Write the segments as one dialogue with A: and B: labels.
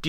A: Do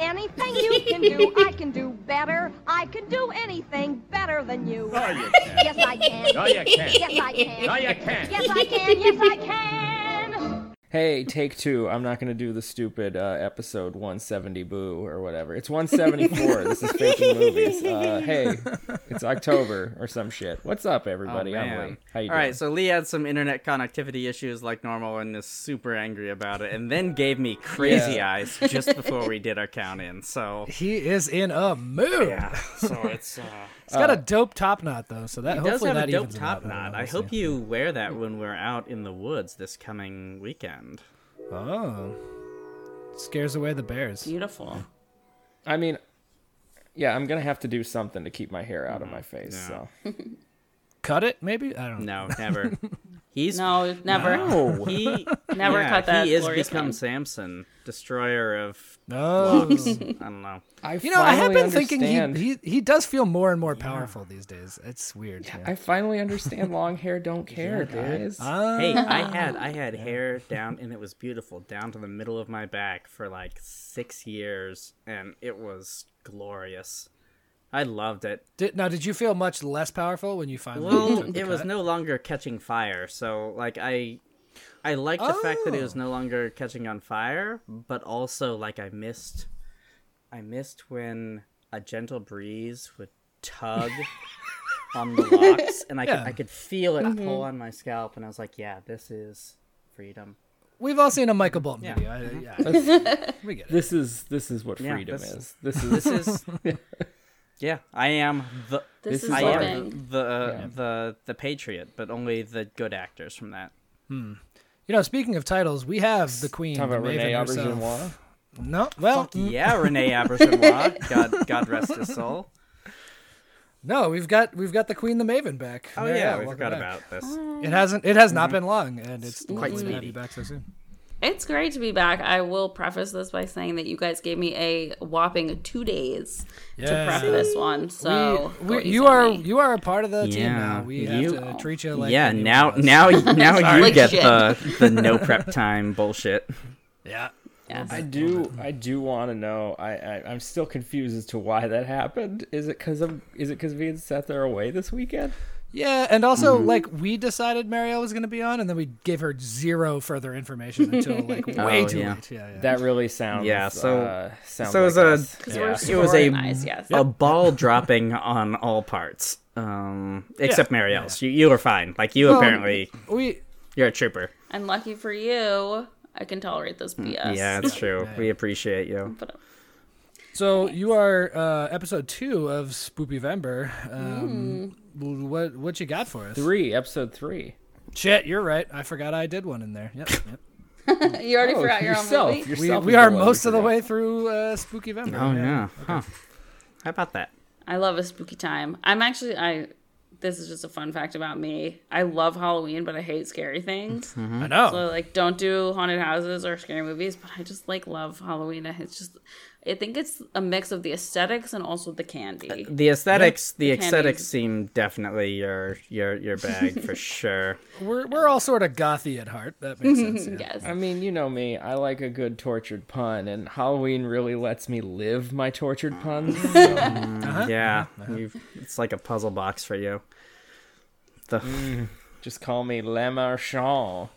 B: Anything you can do, I can do better. I can do anything better than you.
C: No, you
B: Yes,
C: can't.
B: I can.
C: No, you can't.
B: Yes, I can.
C: No, you can't.
B: Yes, I can. Yes, I can.
A: Hey, take two. I'm not going to do the stupid uh, episode 170 boo or whatever. It's 174. this is faking movies. Uh, hey, it's October or some shit. What's up, everybody?
D: Oh,
A: I'm
D: man.
A: Lee. How you
D: All
A: doing?
D: right, so Lee had some internet connectivity issues like normal and is super angry about it, and then gave me crazy
A: Yeah.
D: eyes just before we did our count in. So
E: He is in a mood.
D: so it's uh,
E: He's got a dope top knot though, so that
D: he does
E: hopefully
D: have a
E: that
D: dope
E: evens him out
D: top
E: little
D: knot.
E: bit,
D: I
E: we'll
D: hope
E: see.
D: you wear that when we're out in the woods this coming weekend.
E: Oh, scares away the bears.
F: Beautiful.
A: I mean, yeah, I'm going to have to do something to keep my hair out of my face.
D: Yeah.
A: So.
E: Cut it, maybe. I don't. know.
D: No, never. He's
F: No, never.
D: he
F: Never
D: yeah,
F: cut that
D: He is
F: glorious
D: become
F: name.
D: Samson, destroyer of
E: No.
D: I don't know.
E: Oh. You know, I have
A: finally
E: been thinking
A: understand-
E: he, he he does feel more and more powerful these days. It's weird. Yeah.
A: I finally understand long hair don't care, guys.
E: Uh,
D: Hey, I had I had hair down and it was beautiful down to the middle of my back for like 6 years and it was glorious. I loved it.
E: did, now, did you feel much less powerful when you finally?
D: Well,
E: took the
D: it was
E: cut?
D: no longer catching fire, so like I I liked the fact that it
E: Oh.
D: was no longer catching on fire, but also like I missed I missed when a gentle breeze would tug on the locks and I
E: Yeah. Mm-hmm.
D: could I could feel it pull on my scalp and I was like, yeah, this is freedom.
E: We've all seen a Michael Bolton
D: Yeah. Uh-huh.
E: video. I, yeah, we get it.
A: This is this is what
D: Yeah,
A: freedom
D: this-
A: is. This is
D: This is Yeah, I am the
A: This
F: This, is
A: is
D: I
A: our-
F: living.
D: am the uh, the the patriot, but only the good actors from that.
E: You know, speaking of titles, we have the Queen.
A: talking about
E: the
A: Renee
E: Maven herself.
A: Auberginois.
E: No, well,
D: Yeah, Renee Abergenois. God, God rest his soul.
E: no, we've got we've got the Queen, the Maven back.
D: Oh
E: There you
D: yeah,
E: go,
D: we
E: welcome
D: forgot
E: back. Ah,
D: about this.
E: It hasn't. It has not been long, and it's quite to have
D: speedy.
E: you back so soon.
F: It's great to be back. I will preface this by saying that you guys gave me a whopping two days to prep
E: Yeah.
F: this one. So
E: We-
F: go easy
E: you
F: on
E: are
F: me.
E: you are a part of the team
D: Yeah,
E: now. We
D: you-
E: have to treat you like
D: yeah,
E: anyone
D: now
E: else.
D: now now you
F: Like
D: get
F: shit.
D: the the no prep time bullshit.
E: yeah.
F: Yes.
A: I do I do want to know. I, I I'm still confused as to why that happened. Is it because of is it because me and Seth are away this weekend?
E: Yeah, and also
D: Mm-hmm.
E: like we decided Marielle was going to be on, and then we gave her zero further information until like way
D: Oh,
E: too
D: yeah.
E: late. Yeah, yeah.
A: That really sounds
D: Yeah, so-
A: uh, sounds
D: so it was
A: like
D: a-
A: us.
F: 'Cause we're
D: It was a-
F: organized, yes.
D: A ball dropping on all parts, um, except Marielle's. You you were fine. Like you apparently
E: we
D: you're a trooper.
F: And lucky for you, I can tolerate this BS.
D: Mm, Yeah, it's true. We appreciate you.
F: uh,
E: so you are uh, episode two of Spoopy Vember. Um,
F: Hmm.
E: w- What what you got for us?
A: three episode three.
E: Shit, you're right. I forgot I did one in there. Yep. yep.
F: you already
A: Oh,
F: forgot your
A: yourself,
F: own movie.
E: we
A: yourself
E: we
A: is
E: are
A: the one
E: most of the
A: forgot.
E: way through uh, Spooky Vember.
D: Oh yeah. Huh. How about that?
F: I love a spooky time. I'm actually I. This is just a fun fact about me. I love Halloween, but I hate scary things.
D: Mm-hmm.
E: I know.
D: Oh.
F: So like, don't do haunted houses or scary movies. But I just like love Halloween. It's just, I think it's a mix of the aesthetics and also the candy.
D: The aesthetics, the
F: candies.
D: aesthetics seem definitely your your your bag for sure.
E: We're we're all sort of gothy at heart. That makes sense. Yeah.
F: yes.
A: I mean, you know me. I like a good tortured pun, and Halloween really lets me live my tortured puns.
F: Uh-huh.
D: Yeah, you've, it's like a puzzle box for you. The
A: Just call me Le Marchand.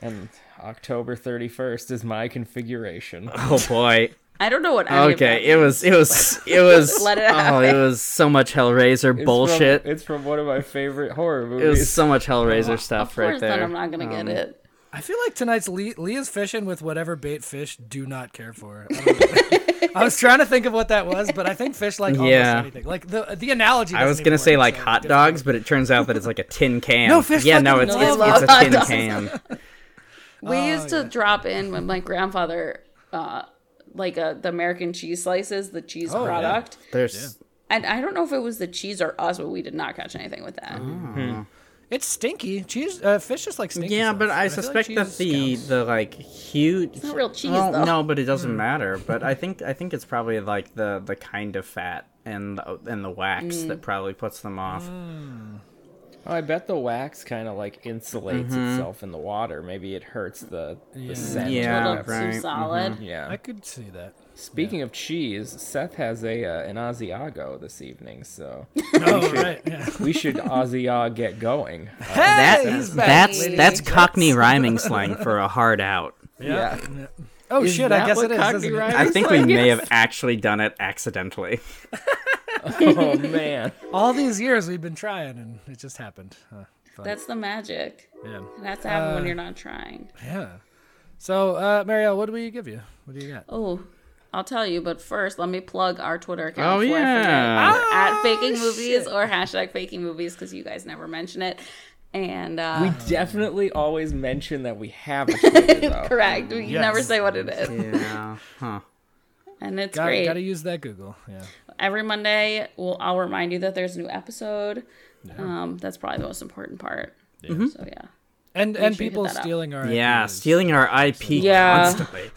A: And October 31st is my configuration.
D: oh boy.
F: I don't know what. any of
D: Okay,
F: that
D: it was it was it was
F: Let it
D: oh it was so much Hellraiser
A: It's
D: bullshit.
A: From, it's from one of my favorite horror
D: it was
A: movies.
D: so much Hellraiser
F: Of
D: stuff
F: course,
D: right there. Um,
F: then I'm not gonna get it.
E: I feel like tonight's Lee, Leah's fishing with whatever bait fish do not care for. I, don't know. I was trying to think of what that was, but I think fish like almost
D: Yeah.
E: anything. Like the the analogy.
D: I was
E: doesn't
D: gonna
E: even
D: say
E: work,
D: like
E: so
D: hot
E: different.
D: dogs, but it turns out that it's like a tin can.
E: No, fish
D: yeah, no,
E: fucking
D: it's
E: love
D: it's, it's a
F: hot
D: tin
F: dogs.
D: can.
F: We
D: oh,
F: used to drop in when my uh,
D: Oh,
F: grandfather, uh, like a, the American cheese slices, the cheese product.
D: There's
F: And I don't know if it was the cheese or us, but we did not catch anything with that.
D: Oh.
E: It's stinky. Cheese, uh, fish is like stinky.
D: Yeah,
E: stuff,
D: but
E: and
D: I
E: feel like
D: suspect that
E: cheese counts.
D: the the like huge
F: not real cheese,
D: Well,
F: though.
D: No, but it doesn't matter. But I think I think it's probably like the the kind of fat and the, and the wax
F: Hmm.
D: that probably puts them off.
C: Oh, I bet the wax kind of like insulates
E: Mm-hmm.
C: itself in the water. Maybe it hurts the, the scent. or
D: Yeah,
F: Little
C: whatever.
D: right, Mm-hmm.
F: too solid.
C: Yeah.
E: I could see that.
C: Speaking of cheese, Seth has a uh, an Asiago this evening, so
E: Oh, right. Yeah.
C: we should Asiago get going. Uh,
D: That that's
F: back.
D: that's Cockney rhyming slang for a hard out.
C: yeah.
E: Oh
C: Is
E: shit! I
C: that
E: guess
C: what
E: it is.
C: Cockney
E: isn't it?
C: rhymes?
D: I think we may have actually done it accidentally.
C: Oh man.
E: All these years we've been trying, and it just happened. Huh.
F: That's the magic.
E: Yeah.
F: And that's happening
D: Uh.
F: when you're not trying.
E: Yeah. So, uh, Marielle, what do we give you? What do you got?
F: Oh, I'll tell you, but first let me plug our Twitter account.
D: Oh,
F: before I forget.
D: yeah.
F: We're
E: Oh,
F: at faking movies or hashtag faking movies because you guys never mention it. And uh,
C: We definitely always mention that we have a Twitter, though.
F: correct, we
E: Yes.
F: never say what it is,
D: Yeah. Huh.
F: and it's
E: Got,
F: great.
E: Got to use that Google. Yeah.
F: Every Monday, we'll I'll remind you that there's a new episode. Um, that's probably the most important part.
D: Mm-hmm.
F: So yeah,
E: And and
F: should hit
E: people
F: that up.
E: stealing our
D: Yeah,
E: ideas.
D: stealing our IP
F: Yeah.
D: constantly.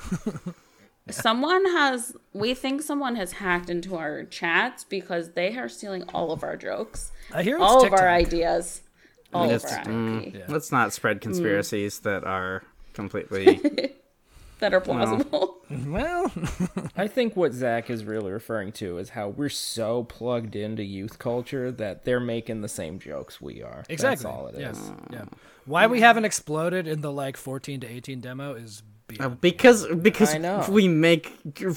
F: someone has we think someone has hacked into our chats because they are stealing all of our jokes,
E: I hear it's
F: all
E: TikTok.
F: of our ideas, all of
D: it's-
F: our IP
D: Let's not
F: Hmm.
D: spread conspiracies that are completely
F: that are plausible.
E: Well,
C: I think what Zach is really referring to is how we're so plugged into youth culture that they're making the same jokes we are.
E: exactly.
C: That's all it is.
E: Yes. Yeah. Why we haven't exploded in the like 14 to 18 demo is
D: Uh,
E: beyond.
D: because because
C: I know.
D: we make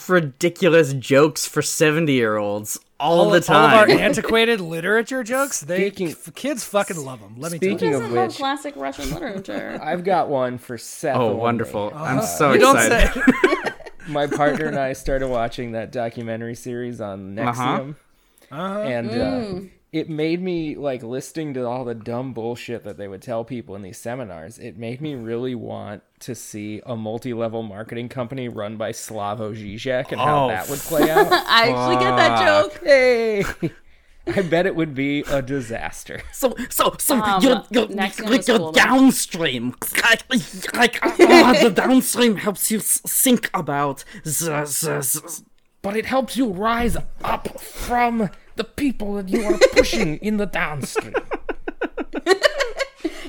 D: ridiculous jokes for 70 year olds all, the
E: All of our
D: time
E: antiquated literature jokes, they
C: Speaking-
E: f- kids fucking love them. Let me tell
C: Speaking
E: you.
C: of
F: doesn't love
C: which,
F: classic Russian literature.
C: I've got one for Seth.
D: oh
C: only.
D: wonderful i'm so
E: You don't
D: excited
E: say.
C: My partner and I started watching that documentary series on
E: Uh-huh.
C: Nexium, and
F: Mm-hmm.
C: uh, it made me like listening to all the dumb bullshit that they would tell people in these seminars. It made me really want to see a multi-level marketing company run by Slavo Zizek and how
D: Oh,
C: that would play out.
F: I actually get that joke.
C: hey. I bet it would be a disaster.
D: so so so
F: Um,
D: you're, you're,
F: next one
D: you're,
F: was cool, though.
D: downstream like, like oh, the downstream helps you s- think about the, the, the
C: But it helps you rise up from the people that you are pushing in the downstream.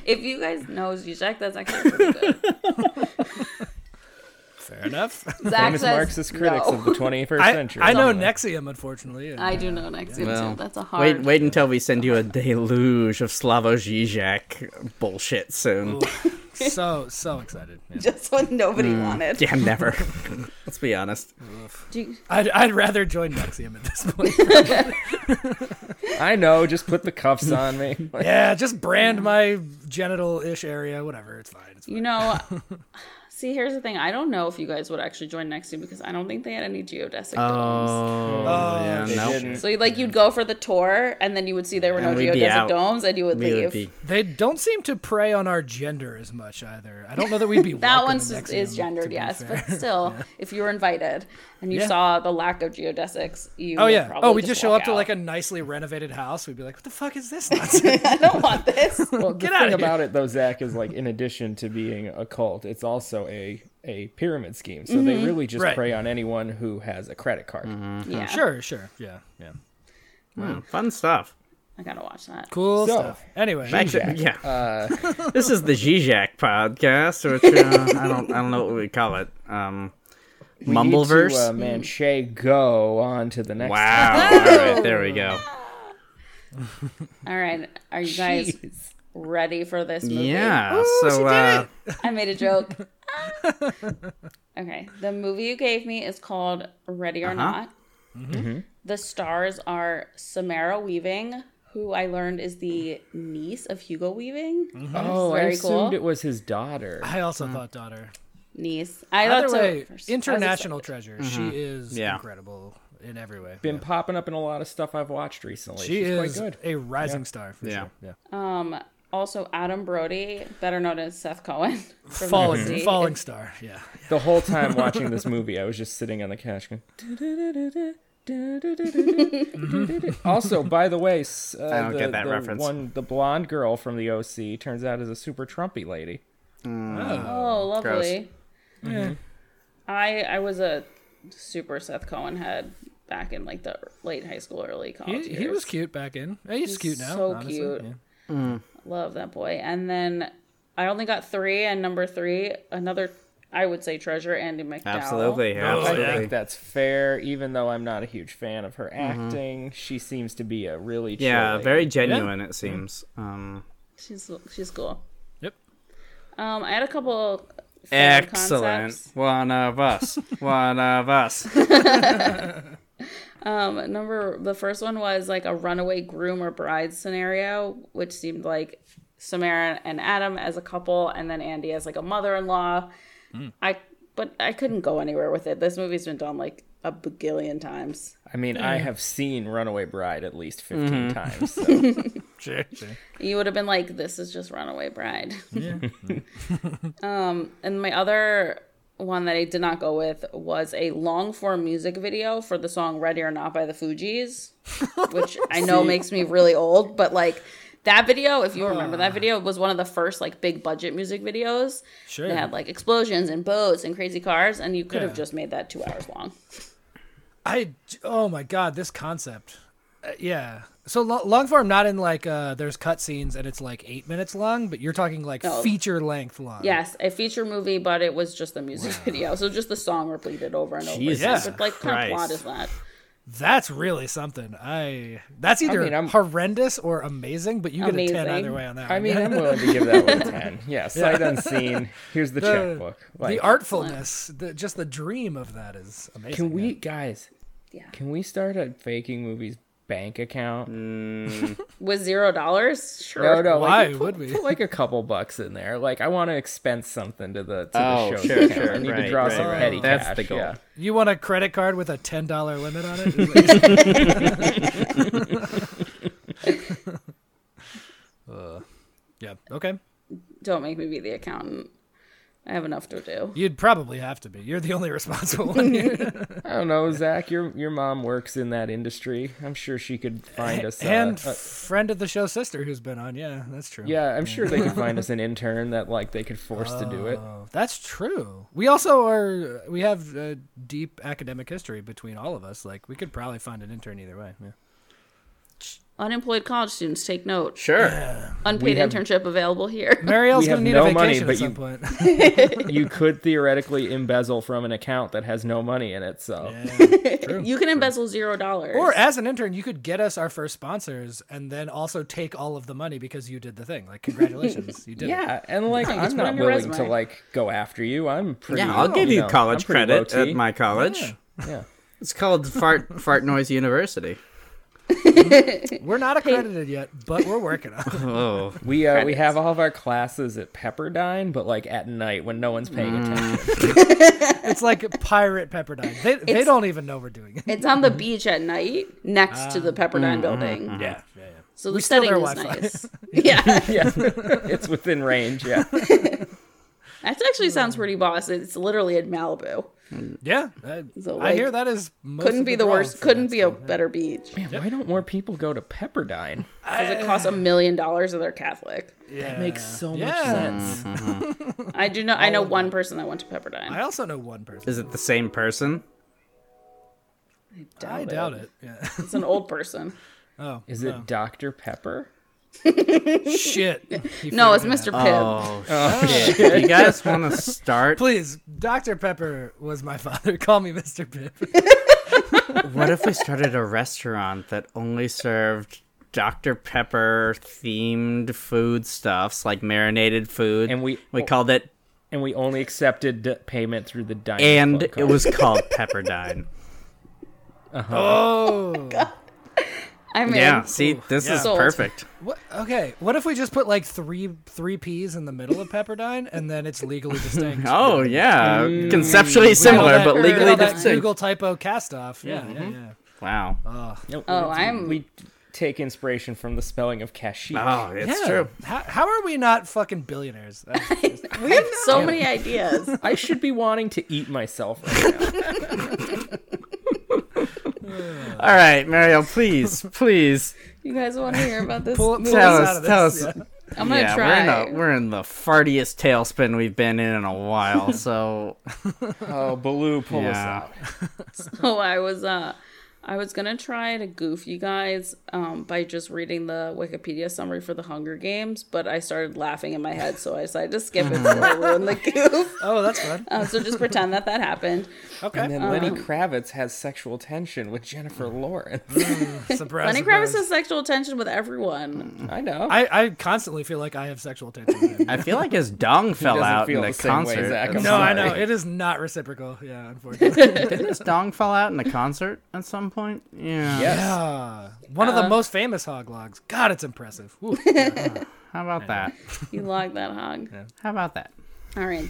F: If you guys know Zizek, that's actually pretty good.
E: Fair enough.
F: Zach
C: Famous
F: says
C: Marxist critics
F: no.
C: of the 21st
E: I,
C: century.
E: I know Nexium, unfortunately. and-
F: I do know next year too. That's a hard.
D: Wait, wait until we send you a deluge of Slavo Zizek bullshit soon.
E: so so excited. Yeah.
F: That's what nobody
D: Hmm.
F: wanted.
D: Yeah, never. Let's be honest.
F: Do you-
E: I'd, I'd rather join Nexium at this point.
C: I know, just put the cuffs on me.
E: yeah, just brand my genital ish area, whatever. It's fine. It's fine.
F: You know, see, here's the thing. I don't know if you guys would actually join next year because I don't think they had any geodesic domes.
D: Oh, yeah,
E: they
D: no.
C: didn't.
F: So, like, you'd go for the tour, and then you would see there were no
D: And we'd be
F: geodesic
D: out.
F: domes, and you would
D: We
F: leave.
D: would be
E: They don't seem to prey on our gender as much either. I don't know that we'd be
F: That
E: welcome
F: one's
E: in
F: just,
E: Nexium,
F: is
E: to
F: gendered,
E: be
F: yes,
E: fair.
F: but still, if you were invited and you
E: Yeah.
F: saw the lack of geodesics, you
E: Oh
F: would
E: yeah.
F: probably
E: Oh, we just, show
F: walk
E: up to
F: out.
E: like a nicely renovated house. We'd be like, "What the fuck is this nonsense?"
F: I don't want this.
C: Well, the
E: Get outta
C: thing
E: here.
C: about it though, Zach, is like in addition to being a cult, it's also a a pyramid scheme. So they really just
E: Mm-hmm. Right.
C: prey on anyone who has a credit card.
D: Mm-hmm.
F: yeah,
E: sure, sure, yeah, yeah.
D: Hmm, fun stuff.
F: I gotta watch that.
E: Cool
C: So,
E: stuff. Anyway,
D: Actually, yeah.
C: Uh,
D: this is the Zizek podcast, which uh, I don't, I don't know what we call it. Um, Mumbleverse.
C: Mumbleverse,
E: Mm.
C: uh, man, Shay, go on to the next.
D: wow.
C: Oh!
D: All right, there we go.
F: All right, are you guys ready for this movie?
D: Yeah. so, uh,
F: I made a joke. Ah. okay, the movie you gave me is called Ready or
E: Uh-huh.
F: Not.
E: Mm-hmm.
F: The stars are Samara Weaving, who I learned is the niece of Hugo Weaving.
E: Mm-hmm.
C: Oh, I
F: Very
C: assumed
F: cool.
C: it was his daughter.
E: I also thought daughter.
F: Niece. I
E: By
F: thought
E: the
F: so
E: way,
F: at first. I was
E: international treasure. She is
D: Yeah.
E: incredible in every way.
C: Been popping up in a lot of stuff I've watched recently.
E: She
C: She's
E: is
C: quite good.
E: a rising star for
D: Yeah.
E: sure. Yeah.
F: Um, also, Adam Brody, better known as Seth Cohen. from
E: Falling,
F: Lucy.
E: falling star. Yeah. Mm-hmm.
C: The whole time watching this movie, I was just sitting on the couch going, also, by the way, s- uh,
D: I don't
C: the,
D: get that
C: the
D: reference.
C: One, the blonde girl from the OC turns out is a super Trumpy lady.
F: Oh, lovely.
E: Yeah.
F: I I was a super Seth Cohen head back in like the late high school, early college.
E: He,
F: years.
E: he was cute back in. Eh, He's, cute now.
F: so
E: honestly.
F: cute.
E: Yeah.
F: Love that boy. And then I only got three, and number three, another I would say treasure, Andy McDowell.
D: Absolutely, absolutely.
C: I think that's fair, even though I'm not a huge fan of her acting. She seems to be a really chill
D: Yeah,
C: lady.
D: very genuine it seems. Um,
F: She's she's cool.
E: Yep.
F: Um, I had a couple. fan
D: excellent.
F: concepts.
D: One of us. One of us.
F: Um, number the first one was like a runaway groom or bride scenario, which seemed like Samara and Adam as a couple, and then Andy as like a mother-in-law. I but I couldn't go anywhere with it. This movie's been done like a bagillion times.
C: I mean, I have seen Runaway Bride at least 15 times. So.
E: Sure, sure.
F: You would have been like, "This is just Runaway Bride." um, and my other one that I did not go with was a long-form music video for the song "Ready or Not" by the Fugees, which I know makes me really old, but like that video, if you remember that video, was one of the first like big-budget music videos.
E: Sure.
F: They had like explosions and boats and crazy cars, and you could
E: Yeah.
F: have just made that two hours long.
E: I oh my god, this concept. Uh, yeah. So lo- long form, not in like uh, there's cut scenes and it's like eight minutes long, but you're talking like
F: No.
E: feature length long.
F: Yes, a feature movie, but it was just the music video, so just the song repeated over and over.
D: Jesus
F: But, like, kind of plot
D: Christ.
F: is that?
E: That's really something. I that's either
C: mean, I'm-
E: horrendous or amazing, but you get a ten
F: Amazing.
E: either way on that.
C: I
E: one.
C: mean, I'm willing to give that one a 10. Yeah, sight unseen. Here's the, checkbook.
E: the artfulness, the, just the dream of that is amazing.
C: Can we,
E: yeah.
C: guys?
F: Yeah.
C: Can we start a faking movies bank account?
F: With zero dollars? Sure.
C: No, no.
E: Why
C: like, put-
E: would we?
C: Put like a couple bucks in there. Like I want to expense something to the to
D: Oh,
C: the show.
D: sure, sure,
C: I need
D: right,
C: to draw
D: right,
C: some
D: right.
C: petty
D: That's
C: cash,
D: the goal.
C: yeah.
E: You want a credit card with a ten dollar limit on it? Uh, yeah. Okay.
F: Don't make me be the accountant. I have enough to do.
E: You'd probably have to be. You're the only responsible one. here.
C: I don't know, Zach. Your your mom works in that industry. I'm sure she could find us. uh,
E: and
C: uh,
E: friend of the show, sister, who's been on. Yeah, that's true.
C: yeah, I'm sure they could find us an intern that like they could force to do it.
E: Oh, that's true. We also are. We have a deep academic history between all of us. Like we could probably find an intern either way. Yeah.
F: Unemployed college students, take note.
D: Sure.
F: Unpaid
C: have-
F: internship available here.
E: Marielle's
C: We
E: gonna
C: have
E: need
C: no
E: a
C: money,
E: vacation
C: but
E: at some
C: you-
E: point.
C: You could theoretically embezzle from an account that has no money in it. So
F: You can embezzle zero dollars.
E: Or as an intern, you could get us our first sponsors and then also take all of the money because you did the thing. Like, congratulations, you did. it.
C: yeah, and like
F: just
C: I'm
F: put
C: not
F: on your
C: willing to
F: resume.
C: like go after you. I'm pretty.
D: Yeah, I'll give you
C: know,
D: college
C: I'm pretty
D: credit
C: low-key.
D: at my college.
C: Yeah.
D: It's called Fart Fart Noise University.
E: We're not accredited yet, but we're working on it.
D: Oh,
C: We uh, we have all of our classes at Pepperdine, but like at night when no one's
D: Mm.
C: paying attention.
E: It's like pirate Pepperdine. They, they don't even know we're doing it.
F: it's on the beach at night next to the Pepperdine building.
E: Yeah. yeah,
F: So the
E: We steal
F: setting
E: their
F: is
E: Wi-Fi.
F: nice. yeah.
C: Yeah, it's within range. Yeah,
F: That actually sounds pretty boss. It's literally in Malibu.
E: yeah. I,
F: So,
E: I
F: like,
E: hear that is most
F: Couldn't
E: of
F: be the
E: draw
F: worst.
E: for
F: Couldn't
E: that
F: be a
E: stuff.
F: better beach.
C: man, why don't more people go to Pepperdine?
F: Because it costs a million dollars if they're Catholic.
E: Yeah.
C: Makes so much
E: Yeah.
C: sense.
F: I do know. I know one person that went to Pepperdine.
E: I also know one person.
D: is it the same person?
E: I doubt it. Yeah.
F: It's an old person.
E: Oh
C: Is it Dr Pepper?
E: shit! He
F: No, it's
E: figured it out.
F: Mr. Pibb.
D: Oh, shit! you guys want to start?
E: Please, Dr. Pepper was my father. Call me Mr. Pip.
D: What if we started a restaurant that only served Dr Pepper themed foodstuffs like marinated food,
C: And we-
E: Oh.
D: we called it,
C: And we only accepted d- payment through the Dining
D: and
C: Club
D: it
C: card.
D: was called Pepperdine.
E: Oh.
F: I mean,
D: Yeah, see, this is
F: Sold.
D: perfect.
E: What, okay, what if we just put like three three peas in the middle of Pepperdine, and then it's legally distinct?
D: Oh yeah, conceptually
E: All
D: similar
E: Mm. that-
D: but
E: all
D: legally
E: that
D: distinct.
E: Google typo cast off. Yeah, yeah, yeah.
D: Wow.
C: No,
F: Oh,
C: we-
F: I'm-
C: We take inspiration from the spelling of cashier.
D: Oh, it's
E: Yeah.
D: true.
E: How, how are we not fucking billionaires? That's-
F: we have so many ideas.
C: I should be wanting to eat myself right now.
D: All right, Mariel, please, please
F: You guys want to hear about this?
E: Pull up-
F: movie?
E: pull
D: tell
E: us out
D: us,
E: of
D: tell
E: this,
D: us.
E: yeah.
F: I'm gonna
D: yeah,
F: try.
D: We're in, the, we're in the fartiest tailspin we've been in in a while, so
C: Oh, Baloo, pull us
D: Yeah.
C: out.
F: Oh, I was uh I was gonna try to goof you guys um by just reading the Wikipedia summary for the Hunger Games, but I started laughing in my head, so I decided to skip it before I ruined the goof.
E: Oh, that's fun.
F: Uh, so just pretend that that happened.
C: And
E: Okay.
C: then
F: Oh.
C: Lenny Kravitz has sexual tension with Jennifer
D: Mm.
C: Lawrence.
E: Surprise.
F: Lenny
E: surprise.
F: Kravitz has sexual attention with everyone.
C: I know.
E: I, I constantly feel like I have sexual tension. with him.
D: I feel like his dong fell
C: doesn't
D: out
C: feel
D: in a
C: the same way,
D: concert.
C: Zach,
D: at
C: I'm
E: No,
D: some
E: I
C: Sorry.
E: know
D: point.
E: it is not reciprocal. Yeah, unfortunately.
D: Didn't his dong fall out in a concert at some point? Yeah.
C: yes.
E: Ah, one of the
F: Uh-huh.
E: most famous hog logs. God, it's impressive. Woo.
D: How about that?
F: You log that hog.
D: How about that?
F: All right.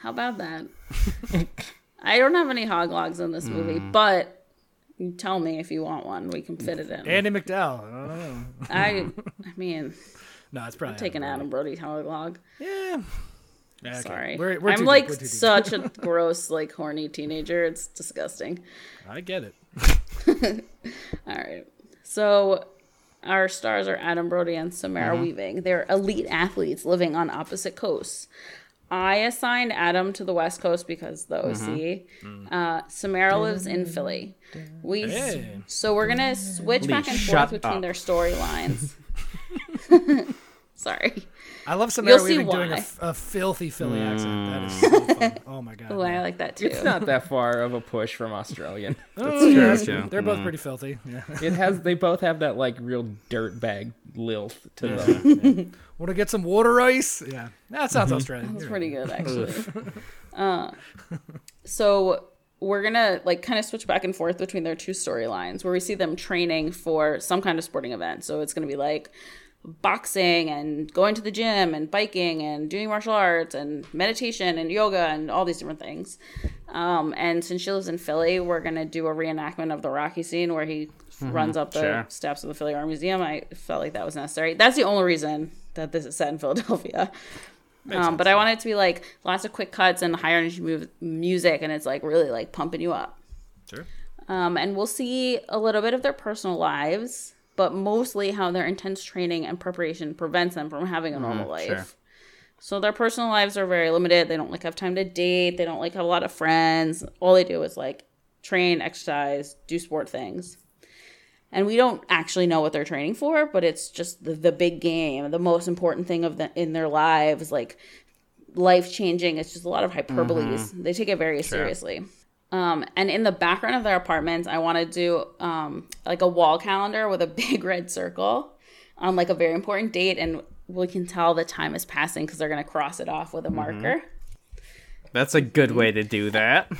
F: How about that? I don't have any hog logs in this movie, but you tell me if you want one. We can fit it in.
E: Andy McDowell. I don't know.
F: I, I mean,
E: No, it's probably
F: take an Adam Brody hog log.
E: Yeah. Yeah, okay.
F: Sorry.
E: We're, we're too
F: I'm
E: deep,
F: like
E: we're too deep.
F: such a gross, like horny teenager. It's disgusting.
E: I get it.
F: All right. So our stars are Adam Brody and Samara
E: Uh-huh.
F: Weaving. They're elite athletes living on opposite coasts. I assigned Adam to the West Coast because the
E: Uh-huh.
F: OC.
E: Mm.
F: Uh, Samara lives in Philly. We s-
E: Hey.
F: so we're gonna switch back and forth
D: shut
F: between
D: up.
F: their storylines. Sorry.
E: I love Samara
F: You'll see
E: Weaving doing a,
F: why. Mm.
E: f- a filthy Philly accent. That is so fun. Oh my god.
F: Ooh, I like that too.
C: It's not that far of a push from Australian.
E: Oh, yeah,
D: true,
E: that's-
D: too.
E: They're both pretty filthy. Yeah.
C: It has they both have that like real dirtbag lilt to them.
E: Want to get some water ice? Yeah. That sounds Australian.
F: It's
E: You're
F: pretty good actually. uh, so we're gonna like kind of switch back and forth between their two storylines where we see them training for some kind of sporting event. So it's gonna be like boxing and going to the gym and biking and doing martial arts and meditation and yoga and all these different things. Um, and since she lives in Philly, we're gonna do a reenactment of the Rocky scene where he runs up the
D: sure.
F: steps of the Philly Art Museum. I felt like that was necessary. That's the only reason that this is set in Philadelphia. Um, but I want it to be like lots of quick cuts and higher energy mu- music, and it's like really like pumping you up.
E: Sure.
F: Um, and we'll see a little bit of their personal lives, but mostly how their intense training and preparation prevents them from having a normal life.
D: sure.
F: So their personal lives are very limited. They don't like have time to date. They don't like have a lot of friends. All they do is like train, exercise, do sport things. And we don't actually know what they're training for, but it's just the, the big game, the most important thing of the in their lives, like life changing. It's just a lot of hyperboles. They take it very seriously. Um, and in the background of their apartments, I want to do um, like a wall calendar with a big red circle on like a very important date, and we can tell the time is passing because they're gonna cross it off with a marker.
D: That's a good way to do that.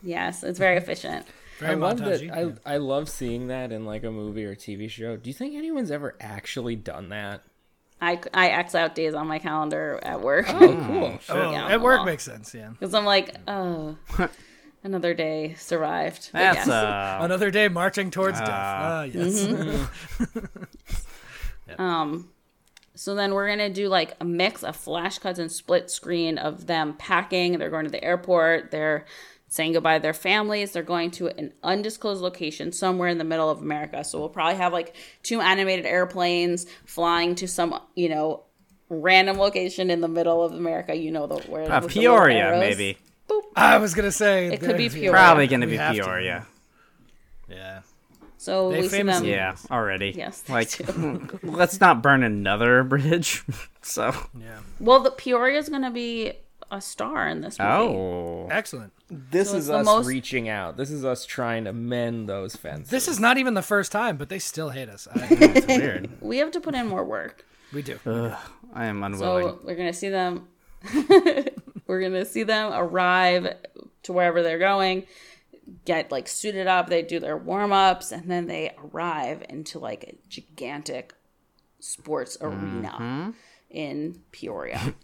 F: Yes, it's very efficient.
E: Very
C: I love
E: montagey.
C: that. I, I love seeing that in like a movie or TV show. Do you think anyone's ever actually done that?
F: I I X out days on my calendar at work
C: Cool.
E: Oh,
F: yeah,
E: at work
F: well.
E: makes sense. Yeah.
F: because I'm like, oh, another day survived. But
D: That's
F: yes.
D: uh,
E: Another day marching towards death. Ah, yes.
F: Mm-hmm. So then we're gonna do like a mix of flash cuts and split screen of them packing. They're going to the airport. They're saying goodbye to their families. They're going to an undisclosed location somewhere in the middle of America. So we'll probably have like two animated airplanes flying to some you know random location in the middle of America. You know the where
D: uh,
F: with the little
D: Peoria,
F: arrows.
D: maybe.
E: I was gonna say
F: It could be
E: there's-
F: Peoria.
D: Probably gonna
E: We
D: be
E: have to.
D: Peoria.
E: Yeah.
F: So
E: They
F: we see them.
E: famously-
D: Yeah, already.
F: Yes, they
D: Like, let's not burn another bridge. so.
E: Yeah.
F: Well, the Peoria's gonna be a star in this movie.
D: Oh.
E: Excellent.
C: This
F: So it's
C: is
F: the
C: us
F: most-
C: reaching out. This is us trying to mend those fences.
E: This is not even the first time, but they still hate us. I,
D: Weird.
F: We have to put in more work.
E: we do.
D: I am unwilling.
F: So we're gonna see them. we're gonna see them arrive to wherever they're going, get like suited up. They do their warm ups, and then they arrive into like a gigantic sports arena in Peoria.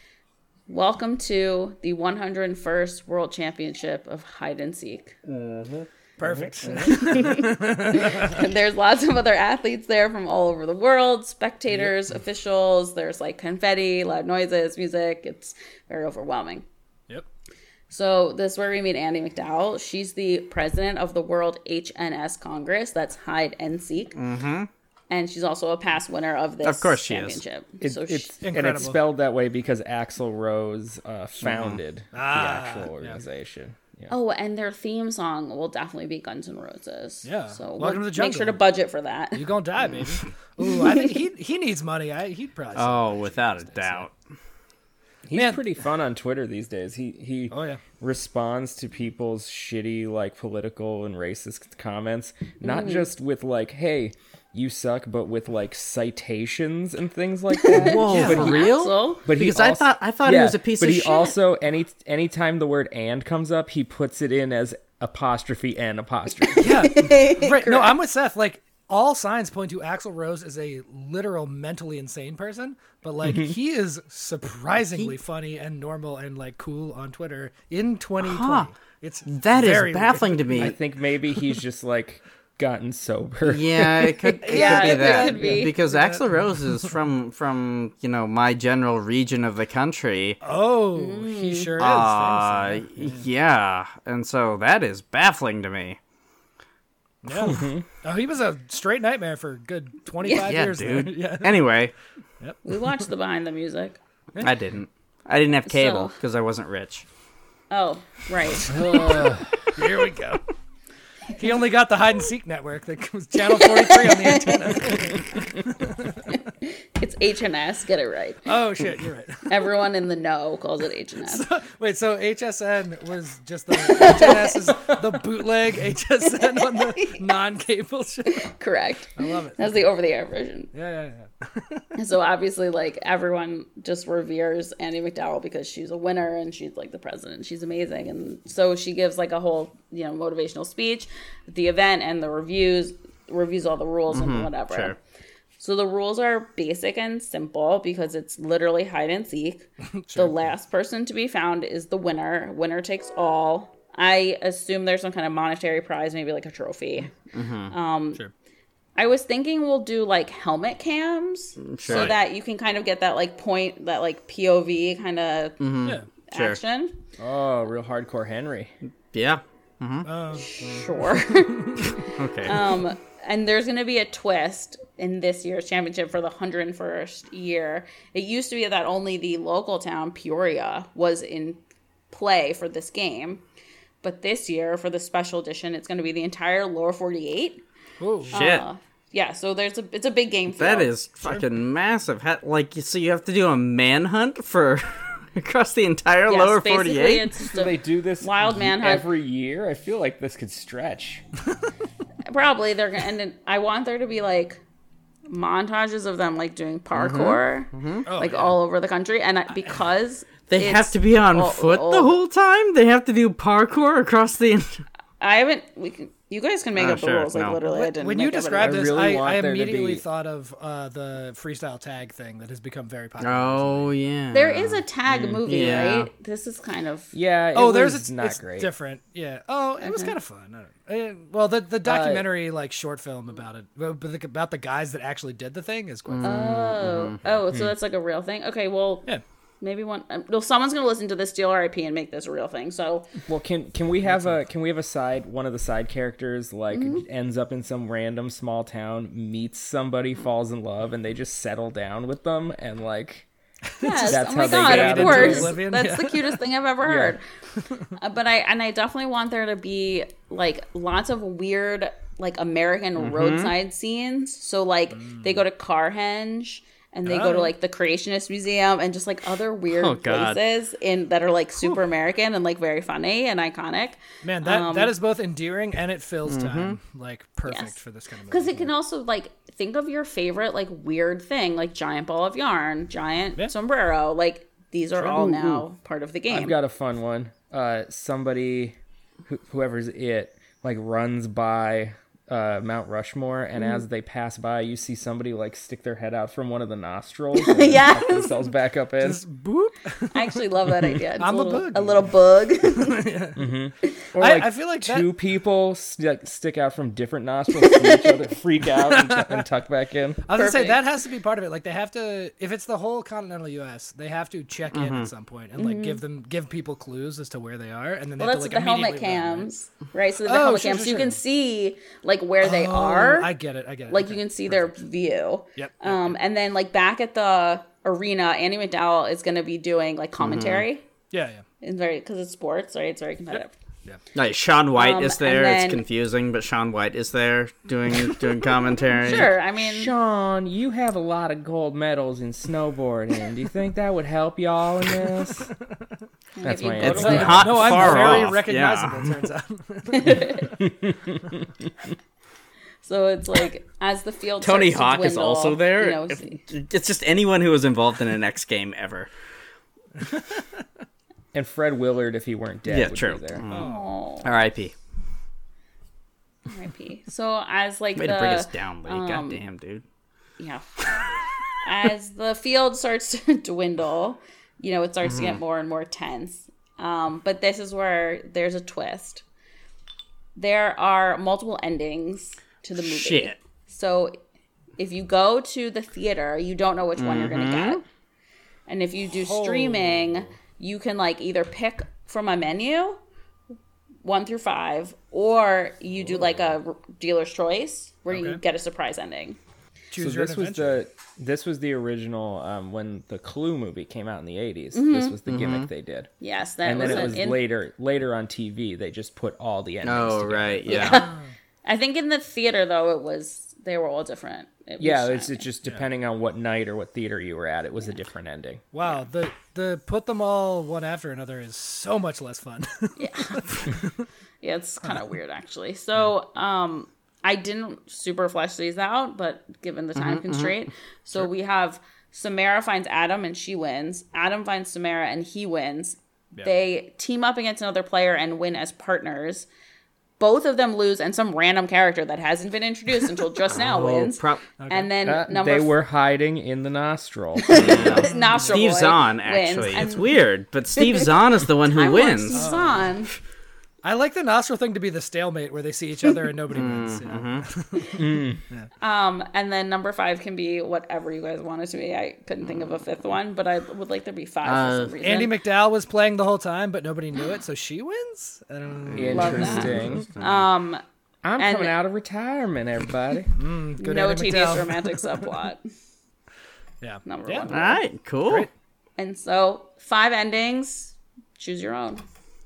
F: Welcome to the 101st World Championship of Hide and Seek.
E: Perfect.
F: there's lots of other athletes there from all over the world spectators officials there's like confetti loud noises music it's very overwhelming
E: Yep.
F: So this is where we meet Andy McDowell. She's the president of the World HNS Congress. That's hide and seek.
D: Mm-hmm.
F: And she's also a past winner of this
D: Of course she is.
F: championship.
C: It,
F: so she,
C: it's and
E: Incredible.
C: it's spelled that way because Axl Rose uh, founded the
E: Ah,
C: actual
E: yeah.
C: organization. Yeah.
F: oh, and their theme song will definitely be Guns N' Roses.
E: Yeah.
F: So
E: Welcome
F: we'll
E: to the
F: make
E: jungle.
F: sure to budget for that.
E: You gonna die, baby. Ooh, I think he he needs money. I he'd probably. sell
D: Oh,
E: it.
D: without a doubt.
C: He's
E: Man.
C: pretty fun on Twitter these days. He he
E: Oh, yeah.
C: responds to people's shitty like political and racist comments, not
D: Mm.
C: just with like "Hey, you suck," but with like citations and things like that.
D: Whoa,
E: Yeah,
D: for real?
F: So
C: But he
D: Because I
C: also-
D: thought I thought he was a piece
C: but
D: of
C: he
D: shit.
C: also any anytime the word "and" comes up, he puts it in as apostrophe and apostrophe.
E: Yeah, right. No, I'm with Seth. Like all signs point to Axl Rose as a literal mentally insane person, but like
D: Mm-hmm.
E: he is surprisingly funny and normal and like cool on Twitter in 2020.
D: Huh.
E: It's
D: That is
E: very
D: baffling to
C: I
D: me.
C: think maybe he's just like gotten sober.
D: Yeah, it could, it
F: Yeah,
D: could be
F: it
D: that
F: could be.
D: because Axl Rose is from from you know my general region of the country.
E: Weird. Oh, he
D: Mm.
E: sure is.
D: Uh, yeah, and so that is baffling to me.
E: Thanks, man. Yeah. oh, he was a straight nightmare for a good 25
D: Yeah,
E: years.
D: dude.
E: There. Yeah.
D: Anyway,
F: we watched the behind the music.
D: I didn't. I didn't have cable
F: So-
D: because I wasn't rich.
F: Oh, right.
E: Here we go. He only got the hide and seek network that was channel 43 on the antenna.
F: it's H and S. Get it right.
E: Oh shit, you're right.
F: Everyone in the know calls it H and S.
E: Wait, so HSN was just the HNS is the bootleg HSN on the non-cable show.
F: Correct.
E: I love it. Yeah,
F: That's the over the air version.
E: yeah, yeah.
F: So obviously, like everyone just reveres Annie McDowell because she's a winner and she's like the president. She's amazing, and so she gives like a whole you know motivational speech, at the event, and the reviews reviews all the rules
E: Mm-hmm.
F: and whatever.
D: sure.
F: So the rules are basic and simple because it's literally hide and seek. The last person to be found is the winner. Winner takes all. I assume there's some kind of monetary prize, maybe like a trophy.
D: Mm-hmm.
F: Um,
E: Sure.
F: I was thinking we'll do like helmet cams so
D: Mm, Sure.
F: that you can kind of get that like point, that like POV kind of
E: yeah.
D: Mm-hmm. Sure.
F: action.
C: Oh, real hardcore Henry.
D: Yeah.
F: Sure.
D: Okay.
F: um, and there's going to be a twist in this year's championship for the 101st year. It used to be that only the local town, Peoria, was in play for this game. But this year, for the special edition, it's going to be the entire lower 48.
D: Shit.
F: Uh, yeah, so there's a it's a big game.
D: That
F: field.
D: is fucking massive. Ha- like, you- so you have to do a manhunt for across the entire
F: Yes,
D: lower
F: basically
D: forty-eight.
F: it's just
C: Do
F: a-
C: they do this
F: Wild
C: ye-
F: Manhunt.
C: every year? I feel like this could stretch.
F: probably they're gonna and then I want there to be like montages of them like doing parkour like all over the country and I, because
D: Mm-hmm. They
F: it's-
D: have to be on
F: all-
D: foot the
F: all-
D: whole time. They have to do parkour across the. en-
F: I haven't we can you guys can make
D: Oh,
F: up the
D: sure,
F: rules like
D: no.
F: literally I didn't
E: When you
F: make up any-
E: described
C: I
E: this,
C: really
E: I,
C: want
E: I
C: there to
E: immediately
C: be-
E: thought of uh, the freestyle tag thing that has become very popular.
D: Oh yeah.
F: there is a tag movie
D: Mm-hmm. yeah.
F: right this is kind of
C: Yeah. It
E: oh, there's
C: was
E: it's
C: not
E: it's
C: great.
E: different. Yeah. Oh, it was kind of fun. I don't know. Uh, well, the the documentary like short film about it, but the, about the guys that actually did the thing is quite.
D: Mm-hmm.
E: fun.
F: oh oh so that's like a real thing okay well
E: Yeah.
F: maybe one um, well someone's gonna listen to this DLRIP and make this a real thing so
C: Well, can can we have a can we have a side one of the side characters like ends up in some random small town, meets somebody, falls in love, and they just settle down with them and like
F: Yes.
C: That's
F: oh my
C: how they
F: god,
C: get
F: of
C: out of
F: course.
E: oblivion.
F: That's
E: Yeah.
F: the cutest thing I've ever heard. Uh, but I and I definitely want there to be like lots of weird like American roadside scenes. So like they go to Carhenge and they go to
E: Oh.
F: like the Creationist Museum and just like other weird
D: Oh, God.
F: places in that are like super American and like very funny and iconic.
E: Man, that
F: Um,
E: that is both endearing and it fills time like perfect
F: Yes.
E: for this kind of
F: Because
E: movie.
F: it can also like think of your favorite like weird thing, like giant ball of yarn, giant
E: Yeah.
F: sombrero. Like these are all now part of the game.
C: I've got a fun one. Uh, somebody, who, whoever's it, like runs by uh, Mount Rushmore, and as they pass by, you see somebody like stick their head out from one of the nostrils. and then
F: Yes.
C: tuck themselves back up in.
E: Just boop.
F: I actually love that idea. It's
E: I'm a
F: little,
E: bug.
F: A little bug.
C: Or,
E: I-
C: like,
E: I feel like that-
C: two people st- stick out from different nostrils, see each other, freak out, and, tu- and tuck back
E: I
C: in.
E: was gonna say
F: Perfect.
E: that has to be part of it. Like they have to, if it's the whole continental U.S., they have to check in at some point and like give them give people clues as to where they are, and then they
F: Mm-hmm. Well,
E: have
F: that's
E: to like
F: the helmet
E: immediately run, right?
F: cams, right? So the
E: Oh,
F: helmet
E: sure,
F: cams,
E: sure,
F: so you
E: sure.
F: can see like where they are.
E: Oh, I get it. I get it.
F: like
E: okay.
F: you can see their view.
E: Yep, yep,
F: Um, and then like back at the arena, Andy McDowell is going to be doing like
E: Mm-hmm.
F: commentary.
E: Yeah, yeah.
F: It's very because it's sports, right? It's very competitive.
D: Like Sean White
F: Um,
D: is
F: and
D: there.
F: then-
D: It's confusing, but Sean White is there doing doing commentary.
F: Sure, I mean,
C: Sean, you have a lot of gold medals in snowboarding. Do you think that would help y'all in this? That's
F: if you
C: my
F: go
C: answer.
D: It's
F: to the-
D: not
E: No, I'm
D: far
E: very
D: off.
E: recognizable.
D: Oh, Yeah.
E: it Turns out.
F: so it's like as the field.
D: Tony
F: starts to
D: Hawk is
F: dwindle,
D: also there.
F: You know,
D: If-
F: see-
D: it's just anyone who was involved in an X game ever.
C: And Fred Willard, if he weren't dead,
D: Yeah,
C: would
D: true. Mm.
C: be there.
F: Aw,
D: R.I.P.
F: R.I.P. So as like
D: Way
F: the
D: to bring us down, Lee.
F: um,
D: Goddamn, dude.
F: yeah. As the field starts to dwindle, you know, it starts to get more and more tense. Um, but this is where there's a twist. There are multiple endings to the movie.
D: Shit.
F: So if you go to the theater, you don't know which one you're going to get. And if you do streaming, you can like either pick from a menu, one through five, or you do like a r- dealer's choice where you
E: Okay.
F: get a surprise ending.
E: Choose
C: so
E: your
C: this
E: own
C: was
E: adventure.
C: the this was the original um, when the Clue movie came out in the 80s. This was the
D: Mm-hmm.
C: gimmick they did,
F: Yes, that
C: and then
F: was,
C: it
F: an
C: was
F: in,
C: later later on TV. They just put all the endings.
D: Oh
C: together.
D: right, yeah.
F: I think in the theater though it was they were all different. It was
C: Yeah, it's,
F: shocking.
C: it's just depending on what night or what theater you were at, it was a different ending.
E: Wow, the the put them all one after another is so much less fun.
F: yeah, it's kind of weird actually. So, um, I didn't super flesh these out, but given the
C: Mm-hmm,
F: time constraint, so we have Samara finds Adam and she wins. Adam finds Samara and he wins. They team up against another player and win as partners. Both of them lose, and some random character that hasn't been introduced until just now
D: Oh,
F: wins.
D: prop-
F: And then
C: Uh,
F: number
C: they
F: f-
C: were hiding in the nostril.
F: Nostril
D: Steve
F: Boy
D: Zahn,
F: wins,
D: actually. It's
F: and-
D: weird, but Steve Zahn is the one who
F: I want
D: wins.
F: Steve Zahn.
E: I like the nostril thing to be the stalemate where they see each other and nobody wins. you know?
F: Um, and then number five can be whatever you guys want it to be. I couldn't think of a fifth one, but I would like there be five for
D: Uh,
F: some reason.
E: Andy McDowell was playing the whole time, but nobody knew it, so she wins. I don't know.
C: Interesting.
F: um,
C: I'm
F: And-
C: coming out of retirement, everybody.
E: Good
F: no
E: Andy
F: tedious
E: McDowell.
F: romantic subplot.
E: Yeah.
F: Number
E: Yeah.
F: one.
D: All right, cool.
F: And so five endings. Choose your own,